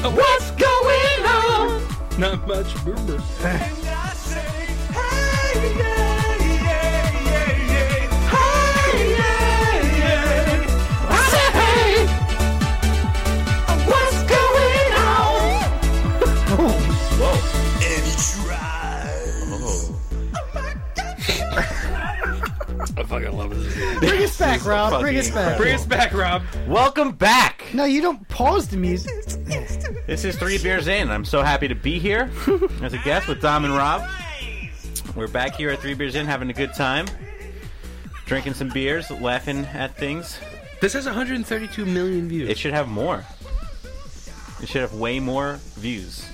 [SPEAKER 1] So what's going on? Not much rumor.
[SPEAKER 4] And I say, hey, yeah, yeah, yeah, yeah. Hey, yeah, yeah. I say, hey, what's going on?
[SPEAKER 3] Whoa.
[SPEAKER 4] And he tries.
[SPEAKER 3] Oh.
[SPEAKER 1] I fucking love this.
[SPEAKER 2] Bring us back,
[SPEAKER 3] is
[SPEAKER 2] Rob.
[SPEAKER 3] fucking
[SPEAKER 2] Bring us back.
[SPEAKER 1] Bring us back, Rob.
[SPEAKER 3] Welcome back.
[SPEAKER 2] No, you don't pause the music.
[SPEAKER 3] This is Three Beers In. I'm so happy to be here as a guest with Dom and Rob. We're back here at Three Beers In having a good time, drinking some beers, laughing at things.
[SPEAKER 1] This has 132 million views.
[SPEAKER 3] It should have more. It should have way more views.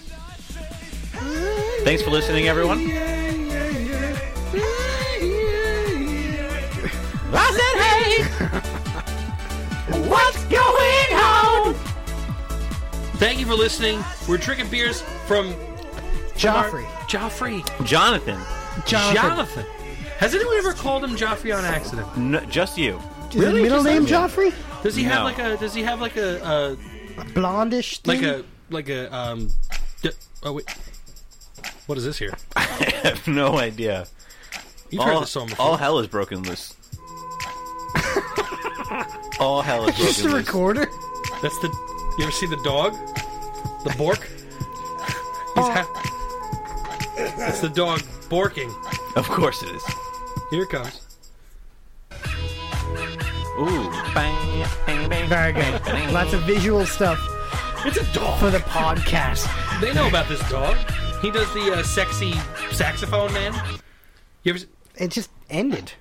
[SPEAKER 3] Thanks for listening, everyone. I said, hey! What's going on?
[SPEAKER 1] Thank you for listening. We're drinking beers from
[SPEAKER 2] Joffrey.
[SPEAKER 1] Joffrey.
[SPEAKER 3] Jonathan,
[SPEAKER 2] Jonathan.
[SPEAKER 1] Jonathan. Has anyone ever called him Joffrey on accident?
[SPEAKER 3] n- just you.
[SPEAKER 2] Is his middle
[SPEAKER 1] Just
[SPEAKER 2] name
[SPEAKER 1] like-
[SPEAKER 2] Joffrey?
[SPEAKER 1] Does he have
[SPEAKER 3] No.
[SPEAKER 1] like a? Does he have like a? Uh,
[SPEAKER 2] Blondish.
[SPEAKER 1] like a?
[SPEAKER 2] dude?
[SPEAKER 1] Like a? Um. d- oh wait. What is this here?
[SPEAKER 3] I have no idea.
[SPEAKER 1] You've heard
[SPEAKER 3] All,
[SPEAKER 1] this song before.
[SPEAKER 3] all hell is broken loose. all hell is broken
[SPEAKER 2] Just a
[SPEAKER 3] loose.
[SPEAKER 2] recorder.
[SPEAKER 1] That's the. You ever see the dog? The Bork. He's ha- it's the dog borking.
[SPEAKER 3] Of course it is.
[SPEAKER 1] Here it comes.
[SPEAKER 3] Ooh. Bang, bang, bang.
[SPEAKER 2] Very good. Lots of visual stuff
[SPEAKER 1] It's a
[SPEAKER 2] for
[SPEAKER 1] dog.
[SPEAKER 2] the podcast.
[SPEAKER 1] They know about this dog. He does the uh, sexy saxophone man. You ever? s-
[SPEAKER 2] It just ended.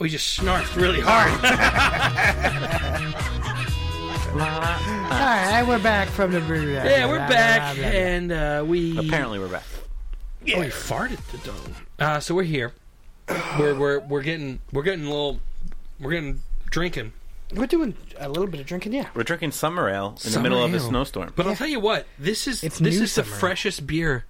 [SPEAKER 1] Oh, he just snarfed really hard.
[SPEAKER 2] All right, we're back from the brewery.
[SPEAKER 1] yeah, we're back, and uh, we
[SPEAKER 3] Apparently we're back.
[SPEAKER 1] Oh, he farted the dog. Uh, so we're here. We're we're we're getting we're getting a little we're getting drinking.
[SPEAKER 2] We're doing a little bit of drinking, yeah.
[SPEAKER 3] We're drinking summer ale in
[SPEAKER 1] Summer
[SPEAKER 3] the middle of a
[SPEAKER 1] ale.
[SPEAKER 3] snowstorm.
[SPEAKER 1] But I'll tell you what, this is
[SPEAKER 2] It's
[SPEAKER 1] this
[SPEAKER 2] new
[SPEAKER 1] is the
[SPEAKER 2] summer.
[SPEAKER 1] freshest beer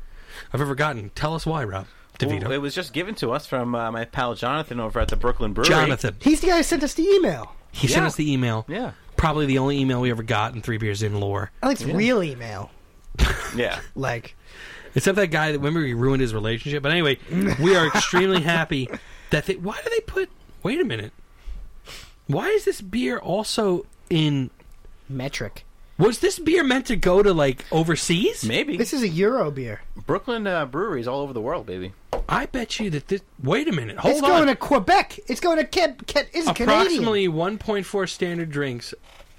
[SPEAKER 1] I've ever gotten. Tell us why, Rob DeVito.
[SPEAKER 3] Ooh, it was just given to us from uh, my pal Jonathan over at the Brooklyn Brewery.
[SPEAKER 1] Jonathan,
[SPEAKER 2] He's the guy who sent us the email.
[SPEAKER 1] he sent
[SPEAKER 3] Yeah.
[SPEAKER 1] us the email.
[SPEAKER 3] Yeah.
[SPEAKER 1] Probably the only email we ever got in three beers in lore.
[SPEAKER 2] I like real email.
[SPEAKER 3] Yeah.
[SPEAKER 2] Like,
[SPEAKER 1] Except that guy that remember he ruined his relationship. But anyway, we are extremely happy that they. Why do they put? Wait a minute. Why is this beer also in
[SPEAKER 2] metric.
[SPEAKER 1] Was this beer meant to go to like overseas?
[SPEAKER 3] Maybe.
[SPEAKER 2] This is a Euro beer.
[SPEAKER 3] Brooklyn uh, breweries all over the world, baby.
[SPEAKER 1] I bet you that this. Wait a minute. Hold
[SPEAKER 2] it's
[SPEAKER 1] on.
[SPEAKER 2] going to Quebec. It's going to Ke- Ke- it's Canadian.
[SPEAKER 1] Approximately 1.4 standard drinks,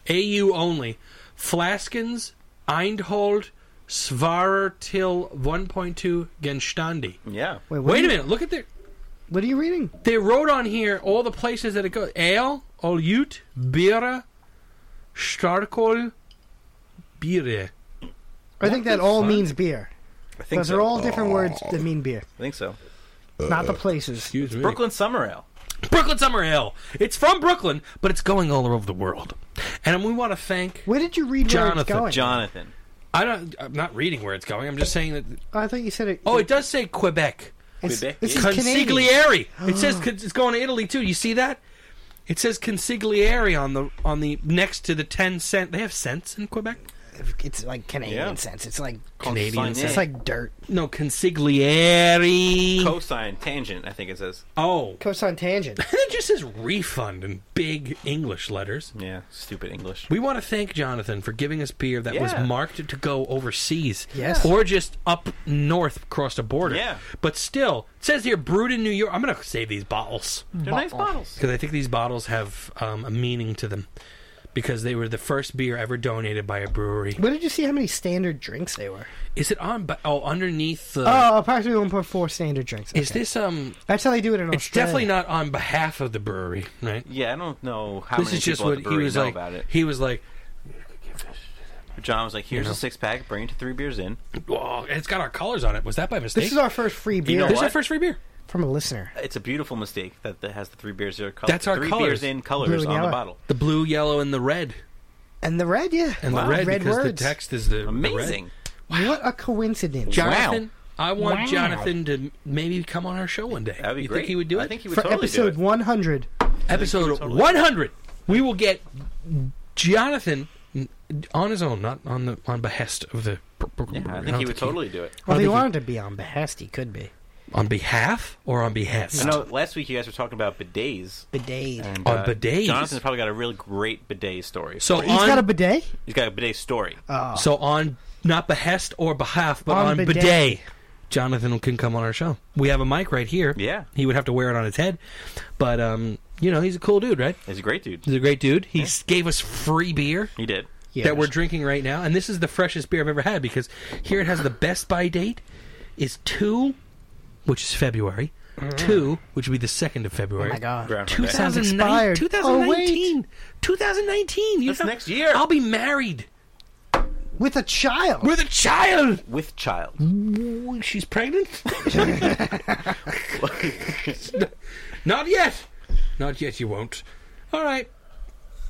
[SPEAKER 1] AU only. Flaskens, Eindhold, Svarer till 1.2 Genstandi.
[SPEAKER 3] Yeah.
[SPEAKER 2] Wait, what,
[SPEAKER 1] Wait
[SPEAKER 2] are
[SPEAKER 1] a
[SPEAKER 2] you,
[SPEAKER 1] minute. Look at their.
[SPEAKER 2] what are you reading?
[SPEAKER 1] They wrote on here all the places that it goes. Ale, Oljut, Bira, Starkol, Bire.
[SPEAKER 2] I think that all means beer.
[SPEAKER 3] I think
[SPEAKER 2] Those
[SPEAKER 3] so. Uh,
[SPEAKER 2] are all different words that mean beer,
[SPEAKER 3] I think so.
[SPEAKER 2] not the places.
[SPEAKER 1] Excuse me.
[SPEAKER 3] Brooklyn summer ale.
[SPEAKER 1] Brooklyn Summer Ale. It's from Brooklyn, but it's going all over the world. And we want to thank.
[SPEAKER 2] Where did you read where it's
[SPEAKER 1] Jonathan,
[SPEAKER 2] going?
[SPEAKER 3] Jonathan.
[SPEAKER 1] I don't. I'm not reading where it's going. I'm just saying that.
[SPEAKER 2] Oh, I thought you said it.
[SPEAKER 1] Oh, it does say Quebec.
[SPEAKER 2] it's,
[SPEAKER 3] Quebec.
[SPEAKER 2] this is Canadian.
[SPEAKER 1] Consigliere. It says con- it's going to Italy too. You see that? It says Consigliere on the on the next to the ten cent. They have cents in Quebec.
[SPEAKER 2] It's like Canadian
[SPEAKER 3] Yeah.
[SPEAKER 2] sense. It's like
[SPEAKER 1] Canadian
[SPEAKER 3] Consigne.
[SPEAKER 2] it's like dirt.
[SPEAKER 1] No, Consigliere.
[SPEAKER 3] Cosine tangent, I think it says.
[SPEAKER 1] oh,
[SPEAKER 2] Cosine tangent.
[SPEAKER 1] it just says refund in big English letters.
[SPEAKER 3] Yeah, stupid English.
[SPEAKER 1] We want to thank Jonathan for giving us beer that was
[SPEAKER 3] Yeah.
[SPEAKER 1] marked to go overseas,
[SPEAKER 2] Yes.
[SPEAKER 1] or just up north across the border.
[SPEAKER 3] Yeah.
[SPEAKER 1] But still, it says here brewed in New York. I'm gonna save these bottles
[SPEAKER 3] They're nice bottles.
[SPEAKER 1] because I think these bottles have um, a meaning to them because they were the first beer ever donated by a brewery.
[SPEAKER 2] Where did you see how many standard drinks they were?
[SPEAKER 1] Is it on? But oh, underneath the.
[SPEAKER 2] Oh, approximately one point four standard drinks.
[SPEAKER 1] is
[SPEAKER 2] Okay.
[SPEAKER 1] this um?
[SPEAKER 2] That's how they do it
[SPEAKER 3] Oh,
[SPEAKER 2] in Australia.
[SPEAKER 1] It's definitely not on behalf of the brewery, right?
[SPEAKER 3] Yeah, I don't know how
[SPEAKER 1] This
[SPEAKER 3] many
[SPEAKER 1] is just
[SPEAKER 3] people
[SPEAKER 1] what
[SPEAKER 3] at the
[SPEAKER 1] he
[SPEAKER 3] brewery
[SPEAKER 1] was
[SPEAKER 3] know
[SPEAKER 1] like.
[SPEAKER 3] about it.
[SPEAKER 1] He was like,
[SPEAKER 3] John was like, "Here's
[SPEAKER 1] know.
[SPEAKER 3] a six pack. Bring it to three beers in."
[SPEAKER 1] "Whoa, it's got our colors on it." Was that by mistake?
[SPEAKER 2] This is our first free beer
[SPEAKER 3] You know
[SPEAKER 1] This is our
[SPEAKER 3] What?
[SPEAKER 1] first free beer.
[SPEAKER 2] from a listener.
[SPEAKER 3] It's a beautiful mistake that that has the three beers in color.
[SPEAKER 1] That's our
[SPEAKER 3] three
[SPEAKER 1] colours.
[SPEAKER 3] beers in
[SPEAKER 2] Blue
[SPEAKER 3] colors
[SPEAKER 2] and
[SPEAKER 3] on the
[SPEAKER 2] yellow.
[SPEAKER 3] bottle.
[SPEAKER 1] The blue, yellow, and the red.
[SPEAKER 2] And the red, yeah,
[SPEAKER 1] and
[SPEAKER 2] Wow.
[SPEAKER 1] the red, because
[SPEAKER 2] words.
[SPEAKER 1] the text is the the red.
[SPEAKER 3] Amazing.
[SPEAKER 2] What a coincidence!
[SPEAKER 1] Jonathan, I want
[SPEAKER 2] Wow.
[SPEAKER 1] Jonathan to maybe come on our show one day.
[SPEAKER 3] That'd be
[SPEAKER 1] you
[SPEAKER 3] great.
[SPEAKER 1] think he would do it?
[SPEAKER 3] I think he would
[SPEAKER 2] for
[SPEAKER 3] totally do
[SPEAKER 2] episode
[SPEAKER 3] it.
[SPEAKER 2] one hundred.
[SPEAKER 1] Episode
[SPEAKER 3] totally-
[SPEAKER 1] 100, we will get Jonathan on his own, not on the on behest of the.
[SPEAKER 3] Yeah, I
[SPEAKER 1] don't
[SPEAKER 3] think he would totally do it.
[SPEAKER 2] Well,
[SPEAKER 1] I
[SPEAKER 2] if he
[SPEAKER 1] think he-
[SPEAKER 2] wanted to be on behest, he could be.
[SPEAKER 1] on behalf or on behest.
[SPEAKER 3] I know last week you guys were talking about bidets.
[SPEAKER 2] Bidet.
[SPEAKER 3] And,
[SPEAKER 1] On
[SPEAKER 3] uh,
[SPEAKER 1] bidets?
[SPEAKER 3] Jonathan's probably got a really great bidet story.
[SPEAKER 1] So
[SPEAKER 2] He's
[SPEAKER 1] on
[SPEAKER 2] got a bidet?
[SPEAKER 3] He's got a bidet story.
[SPEAKER 2] Oh.
[SPEAKER 1] so on not behest or behalf, but
[SPEAKER 2] On
[SPEAKER 1] on, bidet.
[SPEAKER 2] bidet.
[SPEAKER 1] Jonathan can come on our show. We have a mic right here.
[SPEAKER 3] Yeah.
[SPEAKER 1] he would have to wear it on his head, but um, you know, he's a cool dude, right?
[SPEAKER 3] He's a great dude.
[SPEAKER 1] He's a great dude. He s- gave us free beer.
[SPEAKER 3] He did.
[SPEAKER 2] Yeah,
[SPEAKER 1] that we're drinking right now, and this is the freshest beer I've ever had because here it has the best by date is two, which is February, two, which would be the second of
[SPEAKER 2] Mm. Oh
[SPEAKER 1] February.
[SPEAKER 2] my god.
[SPEAKER 3] Groundhog Day.
[SPEAKER 1] 2009,
[SPEAKER 2] expired. Oh,
[SPEAKER 1] 2019, 2019. You
[SPEAKER 3] That's
[SPEAKER 1] know,
[SPEAKER 3] next year.
[SPEAKER 1] I'll be married
[SPEAKER 2] With a child.
[SPEAKER 1] with a child.
[SPEAKER 3] With child.
[SPEAKER 1] Ooh, She's pregnant? Not yet. Not yet. You won't. All right.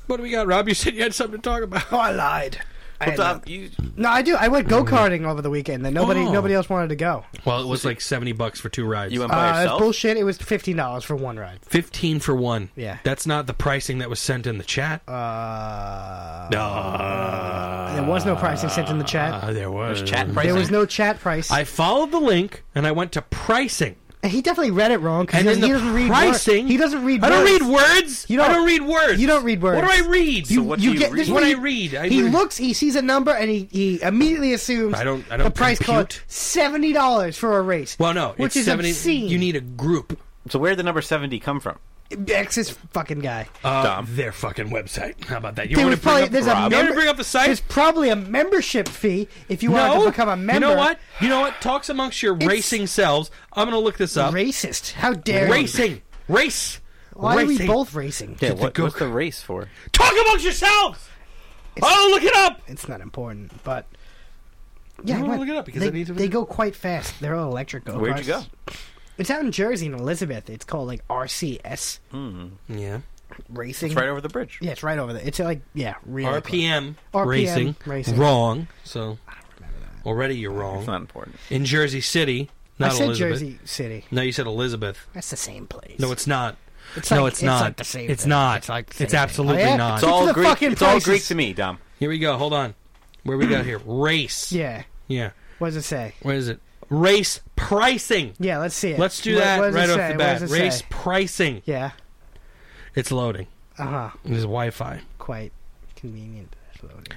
[SPEAKER 1] What do we got, Rob? You said you had something to talk about.
[SPEAKER 2] oh, I lied. I
[SPEAKER 3] Well,
[SPEAKER 2] had
[SPEAKER 3] Tom,
[SPEAKER 2] not-
[SPEAKER 3] you,
[SPEAKER 2] no, I do. I went go karting over the weekend, and nobody
[SPEAKER 1] Mm-hmm. Oh.
[SPEAKER 2] nobody else wanted to go.
[SPEAKER 1] Well, it was like seventy bucks for two rides.
[SPEAKER 3] you went by
[SPEAKER 2] Uh, it's
[SPEAKER 3] yourself?
[SPEAKER 2] bullshit. It was fifteen dollars for one ride.
[SPEAKER 1] 15 for one.
[SPEAKER 2] Yeah.
[SPEAKER 1] That's not the pricing that was sent in the chat.
[SPEAKER 2] Uh,
[SPEAKER 1] no.
[SPEAKER 2] there was no pricing sent in the chat.
[SPEAKER 1] there was.
[SPEAKER 3] There's chat
[SPEAKER 2] There
[SPEAKER 3] pricing.
[SPEAKER 2] was no chat price.
[SPEAKER 1] Uh, I followed the link and I went to pricing.
[SPEAKER 2] And he definitely read it wrong because
[SPEAKER 1] And
[SPEAKER 2] he,
[SPEAKER 1] then
[SPEAKER 2] doesn't- he
[SPEAKER 1] the
[SPEAKER 2] doesn't read
[SPEAKER 1] pricing.
[SPEAKER 2] Words. He doesn't read.
[SPEAKER 1] I don't
[SPEAKER 2] words.
[SPEAKER 1] read words.
[SPEAKER 2] You don't-
[SPEAKER 1] I don't read words.
[SPEAKER 2] you don't read words.
[SPEAKER 1] What do I read?
[SPEAKER 3] So what do you read?
[SPEAKER 2] is
[SPEAKER 1] What I
[SPEAKER 2] he-
[SPEAKER 1] read, I
[SPEAKER 2] he
[SPEAKER 1] read-
[SPEAKER 2] looks, he sees a number, and he, he immediately assumes
[SPEAKER 1] I don't- I don't
[SPEAKER 2] the price card
[SPEAKER 1] compute.
[SPEAKER 2] seventy dollars for a race.
[SPEAKER 1] well, no.
[SPEAKER 2] which
[SPEAKER 1] it's
[SPEAKER 2] is
[SPEAKER 1] 70,
[SPEAKER 2] obscene.
[SPEAKER 1] You need a group.
[SPEAKER 3] so where'd the number 70 come from?
[SPEAKER 2] X's fucking guy.
[SPEAKER 1] Uh,
[SPEAKER 3] Dumb.
[SPEAKER 1] Their fucking website. How about that? You
[SPEAKER 2] There
[SPEAKER 1] want
[SPEAKER 2] was
[SPEAKER 1] to bring
[SPEAKER 2] probably-
[SPEAKER 1] up,
[SPEAKER 2] there's a
[SPEAKER 1] you want me to
[SPEAKER 2] member-
[SPEAKER 1] bring up the site?
[SPEAKER 2] There's probably a membership fee if you wanted
[SPEAKER 1] no.
[SPEAKER 2] to become a member.
[SPEAKER 1] You know what? You know what? Talks amongst your racing selves. I'm going to look this up.
[SPEAKER 2] Racist? How dare you?
[SPEAKER 1] Racing. Race.
[SPEAKER 2] Why
[SPEAKER 1] racing.
[SPEAKER 2] are we both racing?
[SPEAKER 3] Yeah,
[SPEAKER 1] Get the
[SPEAKER 3] what,
[SPEAKER 1] go-
[SPEAKER 3] what's the race for?
[SPEAKER 1] Talk amongst yourselves. Oh, look it up.
[SPEAKER 2] It's not important, but
[SPEAKER 1] You
[SPEAKER 2] yeah,
[SPEAKER 1] wanna
[SPEAKER 2] what-
[SPEAKER 1] look it up because
[SPEAKER 2] they,
[SPEAKER 1] I need to-
[SPEAKER 2] they go quite fast. They're all electric go
[SPEAKER 3] Where'd you go?
[SPEAKER 2] It's out in Jersey in Elizabeth. It's called like RCS
[SPEAKER 1] Yeah.
[SPEAKER 2] Racing.
[SPEAKER 3] It's right over the bridge.
[SPEAKER 2] Yeah, it's right over there. It's like yeah, really close.
[SPEAKER 1] RPM,
[SPEAKER 2] RPM
[SPEAKER 1] racing,
[SPEAKER 2] racing.
[SPEAKER 1] wrong. So already you're
[SPEAKER 3] It's
[SPEAKER 1] wrong.
[SPEAKER 3] not important.
[SPEAKER 1] In Jersey City,
[SPEAKER 2] I
[SPEAKER 1] not
[SPEAKER 2] said
[SPEAKER 1] Elizabeth.
[SPEAKER 2] Jersey City.
[SPEAKER 1] No, you said Elizabeth.
[SPEAKER 2] That's the same place.
[SPEAKER 1] No, it's not.
[SPEAKER 2] It's
[SPEAKER 1] no,
[SPEAKER 2] like-
[SPEAKER 1] it's
[SPEAKER 2] it's
[SPEAKER 1] not.
[SPEAKER 2] like the same
[SPEAKER 1] It's
[SPEAKER 2] thing.
[SPEAKER 1] not. It's,
[SPEAKER 2] It's like the same thing.
[SPEAKER 1] absolutely
[SPEAKER 2] Oh, yeah?
[SPEAKER 1] not.
[SPEAKER 3] It's
[SPEAKER 2] Get to
[SPEAKER 3] all
[SPEAKER 2] the
[SPEAKER 3] Greek.
[SPEAKER 2] fucking
[SPEAKER 3] It's all
[SPEAKER 2] prices.
[SPEAKER 3] Greek to me, Dom.
[SPEAKER 1] Here we go. Hold on. Where we got here? Race.
[SPEAKER 2] Yeah.
[SPEAKER 1] Yeah.
[SPEAKER 2] What does it say?
[SPEAKER 1] What is it? Race pricing.
[SPEAKER 2] Yeah, let's see it.
[SPEAKER 1] Let's do
[SPEAKER 2] What-
[SPEAKER 1] that
[SPEAKER 2] what does
[SPEAKER 1] right
[SPEAKER 2] it
[SPEAKER 1] off
[SPEAKER 2] say?
[SPEAKER 1] the
[SPEAKER 2] What
[SPEAKER 1] bat.
[SPEAKER 2] does it
[SPEAKER 1] Race
[SPEAKER 2] say?
[SPEAKER 1] pricing.
[SPEAKER 2] Yeah.
[SPEAKER 1] It's loading.
[SPEAKER 2] Uh huh.
[SPEAKER 1] It is Wi-Fi.
[SPEAKER 2] Quite convenient. It's loading.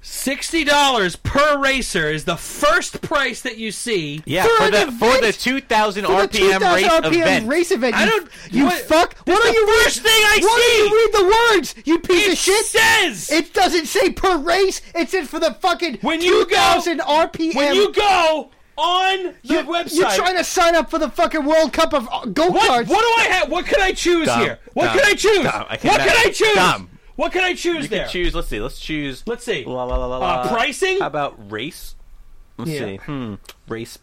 [SPEAKER 1] Sixty dollars per racer is the first price that you see.
[SPEAKER 3] Yeah,
[SPEAKER 2] For
[SPEAKER 3] for,
[SPEAKER 2] an
[SPEAKER 3] the for the
[SPEAKER 2] event-
[SPEAKER 3] 2000
[SPEAKER 2] For the
[SPEAKER 3] RPM
[SPEAKER 2] 2000
[SPEAKER 3] race
[SPEAKER 2] RPM
[SPEAKER 3] event.
[SPEAKER 2] race event. You,
[SPEAKER 1] I don't-
[SPEAKER 2] You
[SPEAKER 1] what-
[SPEAKER 2] fuck. What
[SPEAKER 1] the
[SPEAKER 2] are you
[SPEAKER 1] first thing I
[SPEAKER 2] Why do you read the words? You piece
[SPEAKER 1] It
[SPEAKER 2] of shit.
[SPEAKER 1] says
[SPEAKER 2] it doesn't say per race. It's in for the fucking
[SPEAKER 1] When you go-
[SPEAKER 2] 2000 RPM.
[SPEAKER 1] when you go on the
[SPEAKER 2] you're,
[SPEAKER 1] website.
[SPEAKER 2] you're trying to sign up for the fucking World Cup of uh, go
[SPEAKER 1] What, what
[SPEAKER 2] karts.
[SPEAKER 1] do I have? What could I choose
[SPEAKER 3] Dom,
[SPEAKER 1] here? What
[SPEAKER 3] Dom,
[SPEAKER 1] could I choose?
[SPEAKER 3] Dom, I
[SPEAKER 1] what
[SPEAKER 3] cannot-
[SPEAKER 1] could I choose?
[SPEAKER 3] Dom.
[SPEAKER 1] What could I choose
[SPEAKER 3] You
[SPEAKER 1] there?
[SPEAKER 3] can choose. Let's see. Let's choose.
[SPEAKER 1] Let's see.
[SPEAKER 3] La, la, la, la,
[SPEAKER 1] Uh,
[SPEAKER 3] la.
[SPEAKER 1] pricing?
[SPEAKER 3] How about race? Let's
[SPEAKER 2] Yeah.
[SPEAKER 3] see. Hmm. Race.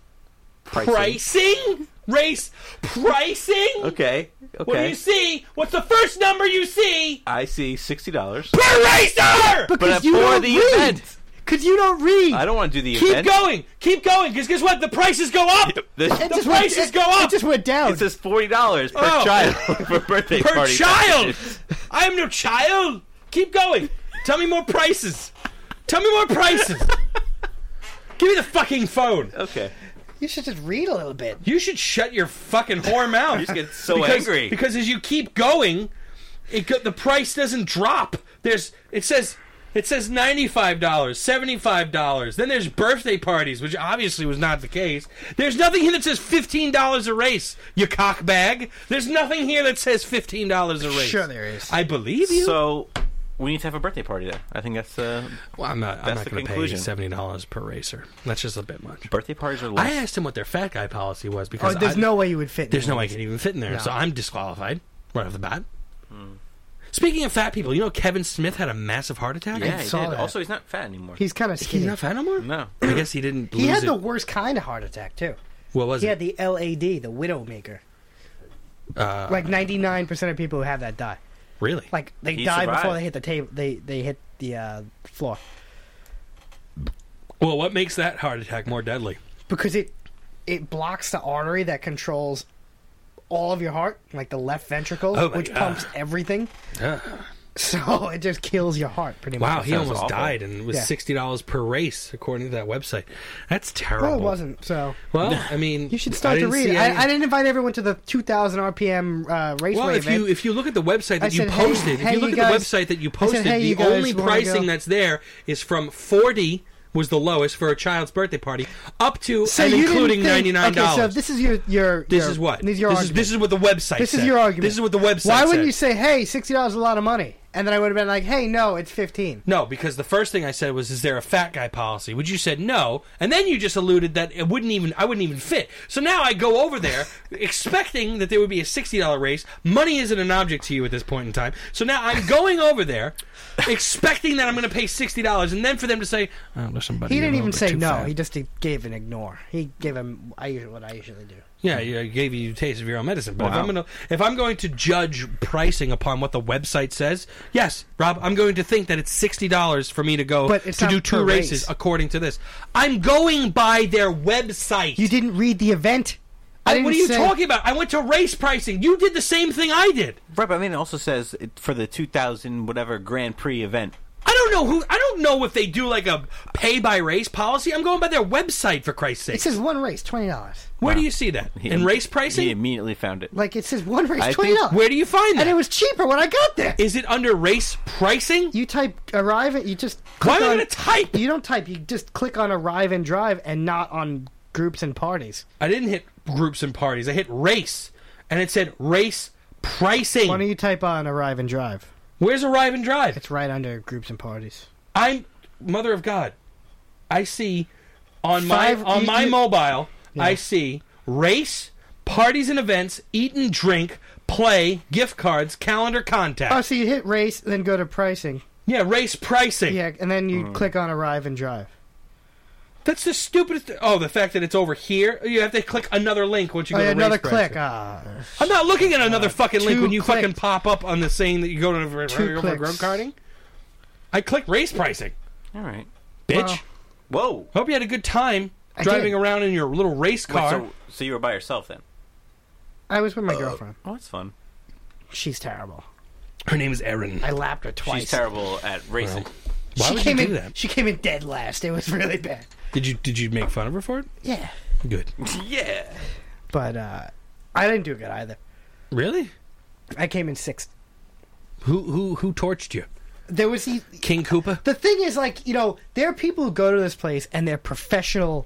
[SPEAKER 3] Pricing.
[SPEAKER 1] Pricing? Race pricing?
[SPEAKER 3] Okay. Okay.
[SPEAKER 1] What do you see? What's the first number you see?
[SPEAKER 3] I see sixty dollars.
[SPEAKER 1] Per racer!
[SPEAKER 3] But
[SPEAKER 2] Because
[SPEAKER 3] uh,
[SPEAKER 2] you
[SPEAKER 3] for
[SPEAKER 2] don't
[SPEAKER 3] the
[SPEAKER 2] read.
[SPEAKER 3] event,
[SPEAKER 2] Because you don't read.
[SPEAKER 3] I don't want to do the
[SPEAKER 1] Keep
[SPEAKER 3] event.
[SPEAKER 1] going. Keep going. Because guess what? The prices go up.
[SPEAKER 3] This,
[SPEAKER 2] It just
[SPEAKER 1] prices
[SPEAKER 2] went, it-
[SPEAKER 1] go up.
[SPEAKER 2] It just went down.
[SPEAKER 3] it says forty dollars per
[SPEAKER 1] Oh.
[SPEAKER 3] child for birthday
[SPEAKER 1] per
[SPEAKER 3] party.
[SPEAKER 1] child.
[SPEAKER 3] packages.
[SPEAKER 1] I am no child. Keep going. Tell me more prices. Tell me more prices. Give me the fucking phone.
[SPEAKER 3] Okay.
[SPEAKER 2] you should just read a little bit.
[SPEAKER 1] You should shut your fucking whore mouth.
[SPEAKER 3] You just get so
[SPEAKER 1] because,
[SPEAKER 3] angry.
[SPEAKER 1] because as you keep going, it go, the price doesn't drop. There's it says it says ninety five dollars, seventy five dollars. Then there's birthday parties, which obviously was not the case. There's nothing here that says fifteen dollars a race. You cockbag. There's nothing here that says fifteen dollars a race.
[SPEAKER 2] Sure there is.
[SPEAKER 1] I believe you.
[SPEAKER 3] So we need to have a birthday party there. I think that's uh,
[SPEAKER 1] well, I'm not. I'm
[SPEAKER 3] that's
[SPEAKER 1] not
[SPEAKER 3] the
[SPEAKER 1] going to pay
[SPEAKER 3] conclusion.
[SPEAKER 1] seventy dollars per racer. That's just a bit much.
[SPEAKER 3] birthday parties are
[SPEAKER 1] I
[SPEAKER 3] less.
[SPEAKER 1] asked him what their fat guy policy was
[SPEAKER 2] Oh,
[SPEAKER 1] because
[SPEAKER 2] there's
[SPEAKER 1] I-
[SPEAKER 2] no way you would fit. in
[SPEAKER 1] There's no
[SPEAKER 2] it.
[SPEAKER 1] way I can even fit in there, so I'm disqualified right off the bat. Hmm. Speaking of fat people, you know Kevin Smith had a massive heart attack.
[SPEAKER 3] yeah, he
[SPEAKER 2] saw
[SPEAKER 3] did.
[SPEAKER 2] that.
[SPEAKER 3] Also, he's not fat anymore.
[SPEAKER 2] He's kind of
[SPEAKER 1] he's
[SPEAKER 2] skinny.
[SPEAKER 1] not fat anymore.
[SPEAKER 3] no.
[SPEAKER 1] I guess he didn't.
[SPEAKER 2] He
[SPEAKER 1] lose
[SPEAKER 2] had the
[SPEAKER 1] it.
[SPEAKER 2] worst kind of heart attack too.
[SPEAKER 1] what was
[SPEAKER 2] He had
[SPEAKER 1] it?
[SPEAKER 2] the LAD, the Widowmaker.
[SPEAKER 1] Uh,
[SPEAKER 2] Like 99% of people who have that die.
[SPEAKER 1] really?
[SPEAKER 2] Like they
[SPEAKER 3] He
[SPEAKER 2] die before
[SPEAKER 3] survived.
[SPEAKER 2] they hit the table. They they hit the uh, floor
[SPEAKER 1] well, what makes that heart attack more deadly?
[SPEAKER 2] because it it blocks the artery that controls all of your heart, like the left ventricle,
[SPEAKER 1] Oh my
[SPEAKER 2] which
[SPEAKER 1] God.
[SPEAKER 2] pumps everything.
[SPEAKER 1] Ugh.
[SPEAKER 2] So it just kills your heart pretty
[SPEAKER 1] Wow,
[SPEAKER 2] much.
[SPEAKER 1] he
[SPEAKER 3] sounds
[SPEAKER 1] almost
[SPEAKER 3] awful.
[SPEAKER 1] died, and it was
[SPEAKER 2] Yeah.
[SPEAKER 1] sixty dollars per race, according to that website. That's terrible.
[SPEAKER 2] Well, it wasn't. So
[SPEAKER 1] Well, I mean,
[SPEAKER 2] you should
[SPEAKER 1] I
[SPEAKER 2] start to
[SPEAKER 1] didn't
[SPEAKER 2] read.
[SPEAKER 1] see
[SPEAKER 2] it.
[SPEAKER 1] any-
[SPEAKER 2] I, I didn't invite everyone to the 2,000 RPM uh, raceway
[SPEAKER 1] well, if
[SPEAKER 2] event.
[SPEAKER 1] you if you look at the website that
[SPEAKER 2] I
[SPEAKER 1] you
[SPEAKER 2] said, hey-
[SPEAKER 1] posted, if
[SPEAKER 2] hey,
[SPEAKER 1] you look
[SPEAKER 2] you
[SPEAKER 1] at the
[SPEAKER 2] guys-
[SPEAKER 1] website that you
[SPEAKER 2] I said,
[SPEAKER 1] posted,
[SPEAKER 2] hey,
[SPEAKER 1] the
[SPEAKER 2] you guys
[SPEAKER 1] only
[SPEAKER 2] wanna
[SPEAKER 1] pricing
[SPEAKER 2] go?
[SPEAKER 1] that's there is from forty was the lowest for a child's birthday party up to
[SPEAKER 2] so
[SPEAKER 1] and
[SPEAKER 2] you didn't
[SPEAKER 1] including
[SPEAKER 2] think-
[SPEAKER 1] ninety nine
[SPEAKER 2] Okay, so
[SPEAKER 1] dollars.
[SPEAKER 2] this is your your.
[SPEAKER 1] this
[SPEAKER 2] your-
[SPEAKER 1] is what
[SPEAKER 2] This is your
[SPEAKER 1] this, is,
[SPEAKER 2] argument.
[SPEAKER 1] this is what the website.
[SPEAKER 2] This is
[SPEAKER 1] said.
[SPEAKER 2] your argument.
[SPEAKER 1] This is what the website.
[SPEAKER 2] Why wouldn't
[SPEAKER 1] said.
[SPEAKER 2] you say, "Hey, sixty dollars is a lot of money," and then I would have been like, "Hey, no, it's 15
[SPEAKER 1] No, because the first thing I said was, "Is there a fat guy policy?" Which you said no, and then you just alluded that it wouldn't even I wouldn't even fit. So now I go over there expecting that there would be a sixty dollar race. Money isn't an object to you at this point in time. So now I'm going over there expecting that I'm going to pay sixty dollars, and then for them to say, oh, "Listen, buddy,"
[SPEAKER 2] He
[SPEAKER 1] you're
[SPEAKER 2] didn't
[SPEAKER 1] a
[SPEAKER 2] even
[SPEAKER 1] little bit
[SPEAKER 2] say
[SPEAKER 1] too
[SPEAKER 2] no.
[SPEAKER 1] fat.
[SPEAKER 2] He just gave an ignore. He gave him I usually what I usually do.
[SPEAKER 1] Yeah, yeah, I gave you a taste of your own medicine. But if
[SPEAKER 3] Wow.
[SPEAKER 1] I'm gonna if I'm going to judge pricing upon what the website says, yes, Rob, I'm going to think that it's sixty dollars for me to go
[SPEAKER 2] But it's
[SPEAKER 1] to
[SPEAKER 2] not
[SPEAKER 1] do two
[SPEAKER 2] per race.
[SPEAKER 1] races according to this. I'm going by their website.
[SPEAKER 2] You didn't read the event. I
[SPEAKER 1] I-
[SPEAKER 2] didn't
[SPEAKER 1] what are you
[SPEAKER 2] say-
[SPEAKER 1] talking about? I went to race pricing. You did the same thing I did.
[SPEAKER 3] Right, but I mean, it also says it, for the 2000 whatever Grand Prix event.
[SPEAKER 1] I don't know who. I don't know if they do like a pay by race policy. I'm going by their website for Christ's sake.
[SPEAKER 2] It says one race, twenty dollars.
[SPEAKER 1] Where do
[SPEAKER 3] Wow.
[SPEAKER 1] you see that
[SPEAKER 3] He-
[SPEAKER 1] in race
[SPEAKER 3] He
[SPEAKER 1] pricing?
[SPEAKER 3] immediately found it.
[SPEAKER 2] Like it says one
[SPEAKER 3] I
[SPEAKER 2] race,
[SPEAKER 3] think-
[SPEAKER 2] twenty dollars.
[SPEAKER 1] Where do you find that?
[SPEAKER 2] And
[SPEAKER 1] Is
[SPEAKER 2] it was cheaper when I got there.
[SPEAKER 1] it under race pricing?
[SPEAKER 2] you type arrive at you just.
[SPEAKER 1] Why
[SPEAKER 2] click
[SPEAKER 1] am I
[SPEAKER 2] on-
[SPEAKER 1] going to type?
[SPEAKER 2] You don't type. You just click on arrive and drive, and not on groups and parties.
[SPEAKER 1] I didn't hit groups and parties. I hit race, and it said race pricing.
[SPEAKER 2] Why don't you type on arrive and drive?
[SPEAKER 1] Where's arrive and drive?
[SPEAKER 2] It's right under groups and parties.
[SPEAKER 1] I'm mother of God. I see on
[SPEAKER 2] Five-
[SPEAKER 1] my on
[SPEAKER 2] you-
[SPEAKER 1] my
[SPEAKER 2] you-
[SPEAKER 1] mobile. I see race, parties and events, eat and drink, play, gift cards, calendar contact.
[SPEAKER 2] Oh, so you hit race, then go to pricing.
[SPEAKER 1] yeah, race pricing.
[SPEAKER 2] Yeah, and then you
[SPEAKER 1] Mm.
[SPEAKER 2] click on arrive and drive.
[SPEAKER 1] That's the stupidest. Oh, the fact that it's over here. You have to click another link once you
[SPEAKER 2] Oh,
[SPEAKER 1] go
[SPEAKER 2] yeah,
[SPEAKER 1] to
[SPEAKER 2] another
[SPEAKER 1] race pricing.
[SPEAKER 2] click. Ah,
[SPEAKER 1] I'm not looking at another fucking link
[SPEAKER 2] Uh, two
[SPEAKER 1] when you
[SPEAKER 2] clicks.
[SPEAKER 1] fucking pop up on the saying that you go to over,
[SPEAKER 2] Two
[SPEAKER 1] over
[SPEAKER 2] clicks.
[SPEAKER 1] road karting. I clicked race pricing,
[SPEAKER 3] All right.
[SPEAKER 1] bitch.
[SPEAKER 2] Wow.
[SPEAKER 3] Whoa.
[SPEAKER 1] Hope you had a good time
[SPEAKER 2] I
[SPEAKER 1] driving
[SPEAKER 2] did.
[SPEAKER 1] around in your little race
[SPEAKER 3] Wait,
[SPEAKER 1] car.
[SPEAKER 3] so, so you were by yourself then?
[SPEAKER 2] I was with my girlfriend.
[SPEAKER 3] Oh, that's fun.
[SPEAKER 2] She's terrible.
[SPEAKER 1] Her name is Erin.
[SPEAKER 2] I lapped her twice.
[SPEAKER 3] She's terrible at racing.
[SPEAKER 1] Why
[SPEAKER 2] she
[SPEAKER 1] would
[SPEAKER 2] came
[SPEAKER 1] you do
[SPEAKER 2] in.
[SPEAKER 1] that?
[SPEAKER 2] She came in dead last. It was really bad.
[SPEAKER 1] Did you did you make fun of her for it?
[SPEAKER 2] Yeah,
[SPEAKER 1] Good.
[SPEAKER 3] yeah.
[SPEAKER 2] but uh, I didn't do good either.
[SPEAKER 1] Really?
[SPEAKER 2] I came in sixth.
[SPEAKER 1] Who who who torched you?
[SPEAKER 2] There was these,
[SPEAKER 1] King Koopa?
[SPEAKER 2] the thing is like you know there are people who go to this place and they're professional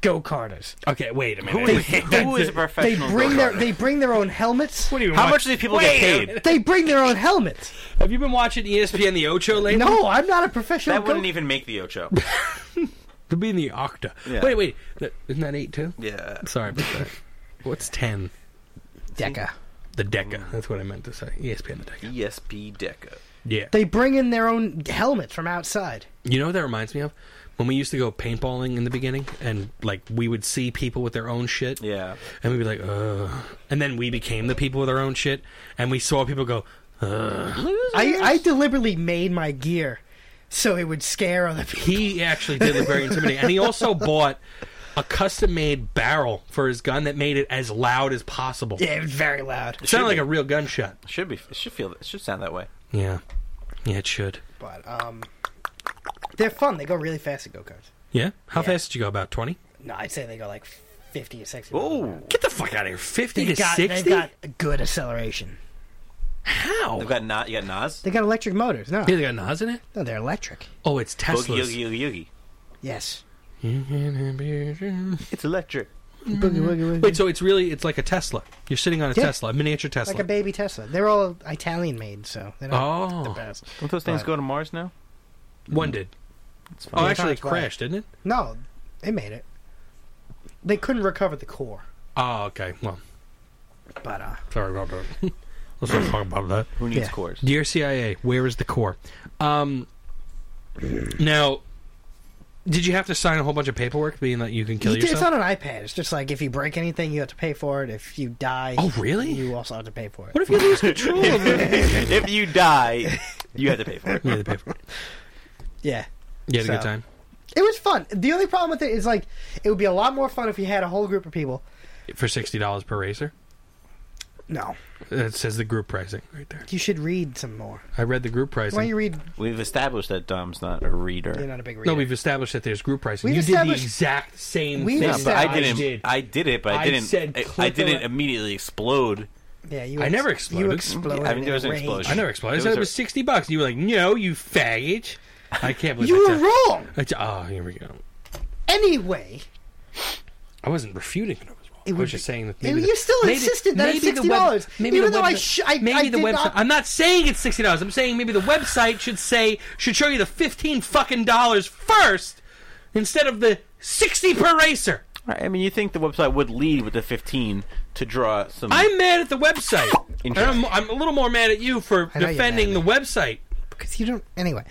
[SPEAKER 2] go karters.
[SPEAKER 1] Okay, wait a minute.
[SPEAKER 3] Who is, who is
[SPEAKER 2] They
[SPEAKER 3] a professional?
[SPEAKER 2] bring their
[SPEAKER 3] go-karter?
[SPEAKER 2] they bring their own helmets.
[SPEAKER 1] What do you
[SPEAKER 3] How
[SPEAKER 1] watch-
[SPEAKER 3] much do these people
[SPEAKER 1] Wait a
[SPEAKER 3] get
[SPEAKER 1] minute.
[SPEAKER 3] paid?
[SPEAKER 2] They bring their own helmets.
[SPEAKER 1] Have you been watching E ESPN The Ocho lately?
[SPEAKER 2] No, I'm not a professional.
[SPEAKER 3] That wouldn't
[SPEAKER 2] go-
[SPEAKER 3] even make the Ocho.
[SPEAKER 1] They'll be in the Octa.
[SPEAKER 3] Yeah.
[SPEAKER 1] Wait, wait. That- Isn't that eight too?
[SPEAKER 3] yeah.
[SPEAKER 1] Sorry about that. What's ten?
[SPEAKER 2] Deca.
[SPEAKER 1] The Deca. Mm, That's what I meant to say. E ESPN the Deca.
[SPEAKER 3] E ESP Deca.
[SPEAKER 1] Yeah.
[SPEAKER 2] They bring in their own helmets from outside.
[SPEAKER 1] You know what that reminds me of? When we used to go paintballing in the beginning, and like we would see people with their own shit,
[SPEAKER 3] Yeah.
[SPEAKER 1] and we'd be like, "Ugh," and then we became the people with our own shit, and we saw people go, "Ugh."
[SPEAKER 2] I, I deliberately made my gear so it would scare other people.
[SPEAKER 1] He actually did look very intimidating, and he also bought a custom-made barrel for his gun that made it as loud as possible.
[SPEAKER 2] Yeah, it was very loud.
[SPEAKER 1] It sounded like a real gunshot.
[SPEAKER 3] Should be. It should feel. It should sound that way.
[SPEAKER 1] Yeah, yeah, it should.
[SPEAKER 2] But um, they're fun. They go really fast at go karts.
[SPEAKER 1] Yeah, how
[SPEAKER 2] Yeah.
[SPEAKER 1] fast did you go? About twenty.
[SPEAKER 2] No, I'd say they go like fifty or sixty.
[SPEAKER 3] Oh,
[SPEAKER 1] Get the fuck out of here! Fifty
[SPEAKER 2] they
[SPEAKER 1] to
[SPEAKER 2] got they
[SPEAKER 1] sixty?
[SPEAKER 2] got a good acceleration.
[SPEAKER 1] How?
[SPEAKER 3] they've got not. You got Nas.
[SPEAKER 2] They got electric motors. No,
[SPEAKER 1] Yeah, they got Nas in it.
[SPEAKER 2] no, they're electric.
[SPEAKER 1] Oh, it's
[SPEAKER 3] Boogie
[SPEAKER 1] Tesla's.
[SPEAKER 3] Oogie Oogie Oogie.
[SPEAKER 2] Yes.
[SPEAKER 3] It's electric.
[SPEAKER 2] Boogie woogie woogie.
[SPEAKER 1] Mm-hmm. Wait, so it's really it's like a Tesla. You're sitting on a
[SPEAKER 2] Yeah.
[SPEAKER 1] Tesla, a miniature Tesla.
[SPEAKER 2] like a baby Tesla. They're all Italian made, so they're not the
[SPEAKER 1] oh,
[SPEAKER 2] best.
[SPEAKER 3] Don't those things
[SPEAKER 2] But-
[SPEAKER 3] go to Mars now?
[SPEAKER 1] one did.
[SPEAKER 3] It's
[SPEAKER 1] Oh,
[SPEAKER 3] fine.
[SPEAKER 1] actually, it
[SPEAKER 2] That's why.
[SPEAKER 1] crashed, didn't it?
[SPEAKER 2] No, they made it. They couldn't recover the core,
[SPEAKER 1] Oh, okay. Well,
[SPEAKER 2] but uh,
[SPEAKER 1] sorry about that. Let's not talk about that.
[SPEAKER 3] Who needs
[SPEAKER 2] Yeah.
[SPEAKER 3] cores?
[SPEAKER 1] Dear CIA, where is the core? Um, now, did you have to sign a whole bunch of paperwork, being that you can kill
[SPEAKER 2] You-
[SPEAKER 1] yourself?
[SPEAKER 2] It's not an iPad. It's just like if you break anything, you have to pay for it. If you die,
[SPEAKER 1] Oh, really?
[SPEAKER 2] You also have to pay for it.
[SPEAKER 1] what if you lose control of it?
[SPEAKER 3] if you die, you have to pay for it.
[SPEAKER 1] You had to pay for it.
[SPEAKER 2] Yeah,
[SPEAKER 1] You had a good
[SPEAKER 2] So-
[SPEAKER 1] time.
[SPEAKER 2] it was fun. The only problem with it is like it would be a lot more fun if you had a whole group of people.
[SPEAKER 1] For sixty dollars per racer,
[SPEAKER 2] No.
[SPEAKER 1] It says the group pricing right there.
[SPEAKER 2] You should read some more.
[SPEAKER 1] I read the group pricing.
[SPEAKER 2] Why don't you read?
[SPEAKER 3] We've established that Dom's not a reader.
[SPEAKER 2] You're not a big reader.
[SPEAKER 1] no, we've established that there's group pricing.
[SPEAKER 2] We've
[SPEAKER 1] you did the
[SPEAKER 2] established-
[SPEAKER 1] exact same
[SPEAKER 2] We've
[SPEAKER 1] thing.
[SPEAKER 3] Yeah, but I
[SPEAKER 2] I
[SPEAKER 3] didn't. I
[SPEAKER 1] did.
[SPEAKER 3] did, it, but I,
[SPEAKER 1] I
[SPEAKER 3] didn't.
[SPEAKER 1] said
[SPEAKER 3] I- I,
[SPEAKER 1] click
[SPEAKER 3] didn't
[SPEAKER 1] on-
[SPEAKER 3] immediately explode.
[SPEAKER 2] yeah, you.
[SPEAKER 1] I never
[SPEAKER 2] You
[SPEAKER 1] exploded.
[SPEAKER 2] exploded.
[SPEAKER 3] I mean, there was
[SPEAKER 2] in
[SPEAKER 3] an
[SPEAKER 2] rage.
[SPEAKER 3] explosion.
[SPEAKER 1] I never explained. I
[SPEAKER 3] It
[SPEAKER 1] said
[SPEAKER 3] was
[SPEAKER 1] it
[SPEAKER 3] a-
[SPEAKER 1] was sixty bucks. You were like, "No, you faggot." I can't believe
[SPEAKER 2] You
[SPEAKER 1] I
[SPEAKER 2] were
[SPEAKER 1] said-
[SPEAKER 2] wrong.
[SPEAKER 1] I t- oh, here we go.
[SPEAKER 2] Anyway,
[SPEAKER 1] I wasn't refuting it. I was wrong.
[SPEAKER 2] It
[SPEAKER 1] I
[SPEAKER 2] would
[SPEAKER 1] was just
[SPEAKER 2] be-
[SPEAKER 1] saying that.
[SPEAKER 2] and
[SPEAKER 1] maybe
[SPEAKER 2] you still
[SPEAKER 1] maybe-
[SPEAKER 2] insisted that it's
[SPEAKER 1] maybe the
[SPEAKER 2] $60,
[SPEAKER 1] web- maybe
[SPEAKER 2] even
[SPEAKER 1] the
[SPEAKER 2] though I
[SPEAKER 1] website-
[SPEAKER 2] sh- I-
[SPEAKER 1] maybe
[SPEAKER 2] I
[SPEAKER 1] the
[SPEAKER 2] did
[SPEAKER 1] website.
[SPEAKER 2] not-
[SPEAKER 1] I'm not saying it's sixty dollars. I'm saying maybe the website should say should show you the fifteen fucking dollars first instead of the sixty per racer.
[SPEAKER 3] Right, I mean, you think the website would lead with the 15 to draw some?
[SPEAKER 1] I'm mad at the website. And I'm,
[SPEAKER 3] Interesting.
[SPEAKER 1] I'm a little more mad at you for
[SPEAKER 2] I know you're
[SPEAKER 1] defending
[SPEAKER 2] mad
[SPEAKER 1] the website.
[SPEAKER 2] because you don't. Anyway,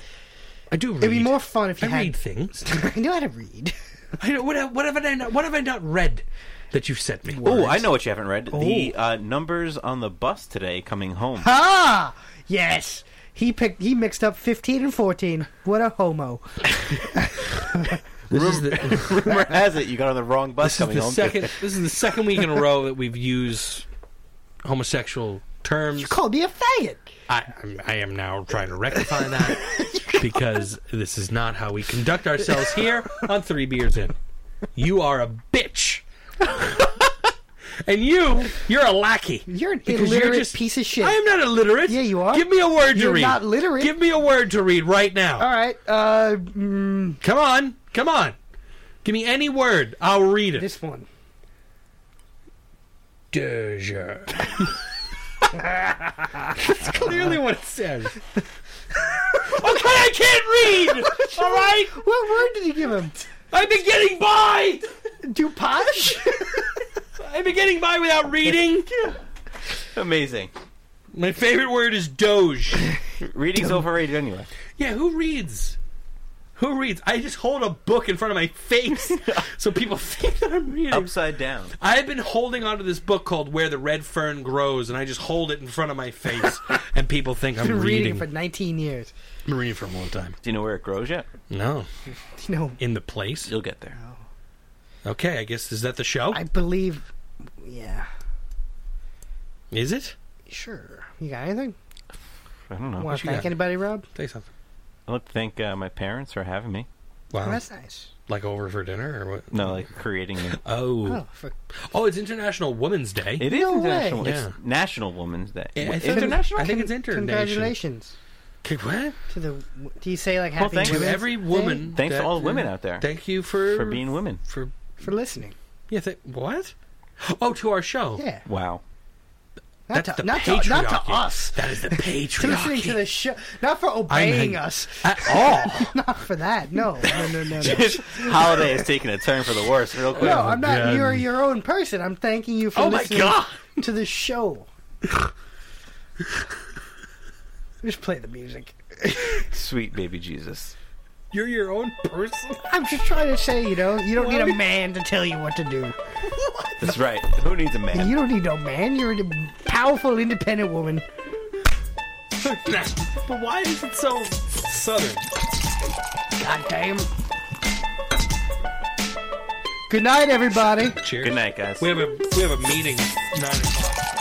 [SPEAKER 1] I do. Read.
[SPEAKER 2] it'd be more fun if
[SPEAKER 1] I
[SPEAKER 2] you had.
[SPEAKER 1] read things.
[SPEAKER 2] I knew how to read.
[SPEAKER 1] I don't, what, have- what have I not, what have I not read that you've sent me?
[SPEAKER 3] oh, I know what you haven't read. The uh, numbers on the bus today coming home.
[SPEAKER 2] ah, yes. He picked. He mixed up fifteen and fourteen. What a homo!
[SPEAKER 1] This is the,
[SPEAKER 3] Rumor has it you got on the wrong bus
[SPEAKER 1] this is
[SPEAKER 3] coming
[SPEAKER 1] the
[SPEAKER 3] home.
[SPEAKER 1] second. This is the second week in a row that we've used homosexual terms.
[SPEAKER 2] Called me a faggot.
[SPEAKER 1] I, I'm- I am now trying to rectify that because this is not how we conduct ourselves here on Three Beers In. You are a bitch. And you, you're a lackey.
[SPEAKER 2] You're an
[SPEAKER 1] Because
[SPEAKER 2] illiterate piece of shit.
[SPEAKER 1] I am not illiterate.
[SPEAKER 2] Yeah, you are.
[SPEAKER 1] Give me a word to
[SPEAKER 2] You're
[SPEAKER 1] read.
[SPEAKER 2] not literate.
[SPEAKER 1] Give me a word to read right now.
[SPEAKER 2] All right. Uh, mm,
[SPEAKER 1] Come on, come on. Give me any word. I'll read it.
[SPEAKER 2] this one.
[SPEAKER 1] Deja. That's clearly what it says. okay, I can't read. All right,
[SPEAKER 2] What word did he give him?
[SPEAKER 1] I've been getting by.
[SPEAKER 2] Dupage.
[SPEAKER 1] I've been getting by without reading.
[SPEAKER 3] Amazing.
[SPEAKER 1] My favorite word is doge.
[SPEAKER 3] Reading's overrated anyway.
[SPEAKER 1] Yeah, who reads? Who reads? I just hold a book in front of my face so people think that I'm reading.
[SPEAKER 3] Upside down.
[SPEAKER 1] I've been holding onto this book called Where the Red Fern Grows, and I just hold it in front of my face, and people think I'm
[SPEAKER 2] Been reading
[SPEAKER 1] reading.
[SPEAKER 2] it for nineteen years.
[SPEAKER 1] I'm reading for a long time.
[SPEAKER 3] Do you know where it grows yet?
[SPEAKER 1] No,
[SPEAKER 2] You know,
[SPEAKER 1] in the place.
[SPEAKER 3] You'll get there.
[SPEAKER 1] Okay, I guess is that the show?
[SPEAKER 2] I believe. Yeah.
[SPEAKER 1] Is it?
[SPEAKER 2] Sure. You got anything?
[SPEAKER 3] I don't know.
[SPEAKER 2] Want
[SPEAKER 1] Oh, you
[SPEAKER 2] to thank
[SPEAKER 1] got?
[SPEAKER 2] anybody, Rob?
[SPEAKER 1] Say something.
[SPEAKER 3] I'd like to thank uh, my parents for having me.
[SPEAKER 1] Wow,
[SPEAKER 2] Oh, that's nice.
[SPEAKER 1] like over for dinner or what?
[SPEAKER 3] No, like creating me.
[SPEAKER 1] Oh,
[SPEAKER 2] Oh, for,
[SPEAKER 1] oh, it's International Women's Day.
[SPEAKER 3] It is
[SPEAKER 2] No
[SPEAKER 3] International.
[SPEAKER 1] way.
[SPEAKER 3] It's
[SPEAKER 1] Yeah.
[SPEAKER 3] National Women's Day.
[SPEAKER 1] I- I
[SPEAKER 3] It's
[SPEAKER 1] thought it-
[SPEAKER 3] international.
[SPEAKER 1] I think it's international.
[SPEAKER 2] congratulations
[SPEAKER 1] Okay, What?
[SPEAKER 2] to the. Do you say like happy
[SPEAKER 3] thanks.
[SPEAKER 1] To
[SPEAKER 3] Women's
[SPEAKER 1] every woman.
[SPEAKER 3] Thanks
[SPEAKER 1] that-
[SPEAKER 3] to all the women out there
[SPEAKER 1] Thank you for
[SPEAKER 3] for being women.
[SPEAKER 1] for
[SPEAKER 2] for listening?
[SPEAKER 1] yeah. Th- what? Oh, to our show.
[SPEAKER 2] Yeah,
[SPEAKER 3] Wow.
[SPEAKER 2] not
[SPEAKER 1] That's
[SPEAKER 2] to,
[SPEAKER 1] the
[SPEAKER 2] not, to, not
[SPEAKER 1] patriarchy.
[SPEAKER 2] to us.
[SPEAKER 1] That is the patriarchy.
[SPEAKER 2] To listening to the show, not for obeying us.
[SPEAKER 1] at all.
[SPEAKER 2] Not for that. No, no, no, no. no.
[SPEAKER 3] This holiday is taking a turn for the worse real quick.
[SPEAKER 2] No, I'm not.
[SPEAKER 1] God.
[SPEAKER 2] You're your own person. I'm thanking you for
[SPEAKER 1] Oh my
[SPEAKER 2] listening
[SPEAKER 1] God.
[SPEAKER 2] to the show. Just play the music.
[SPEAKER 3] Sweet baby Jesus.
[SPEAKER 1] You're your own person.
[SPEAKER 2] I'm just trying to say, you know, you don't
[SPEAKER 1] Why
[SPEAKER 2] need
[SPEAKER 1] would-
[SPEAKER 2] a man to tell you what to do.
[SPEAKER 3] That's right. Who needs a man?
[SPEAKER 2] You don't need no man. You're a powerful, independent woman.
[SPEAKER 1] but why is it so southern?
[SPEAKER 2] God damn. Good night, everybody.
[SPEAKER 1] Cheers.
[SPEAKER 3] Good night, guys.
[SPEAKER 1] We have a we have a meeting. at Nine o'clock.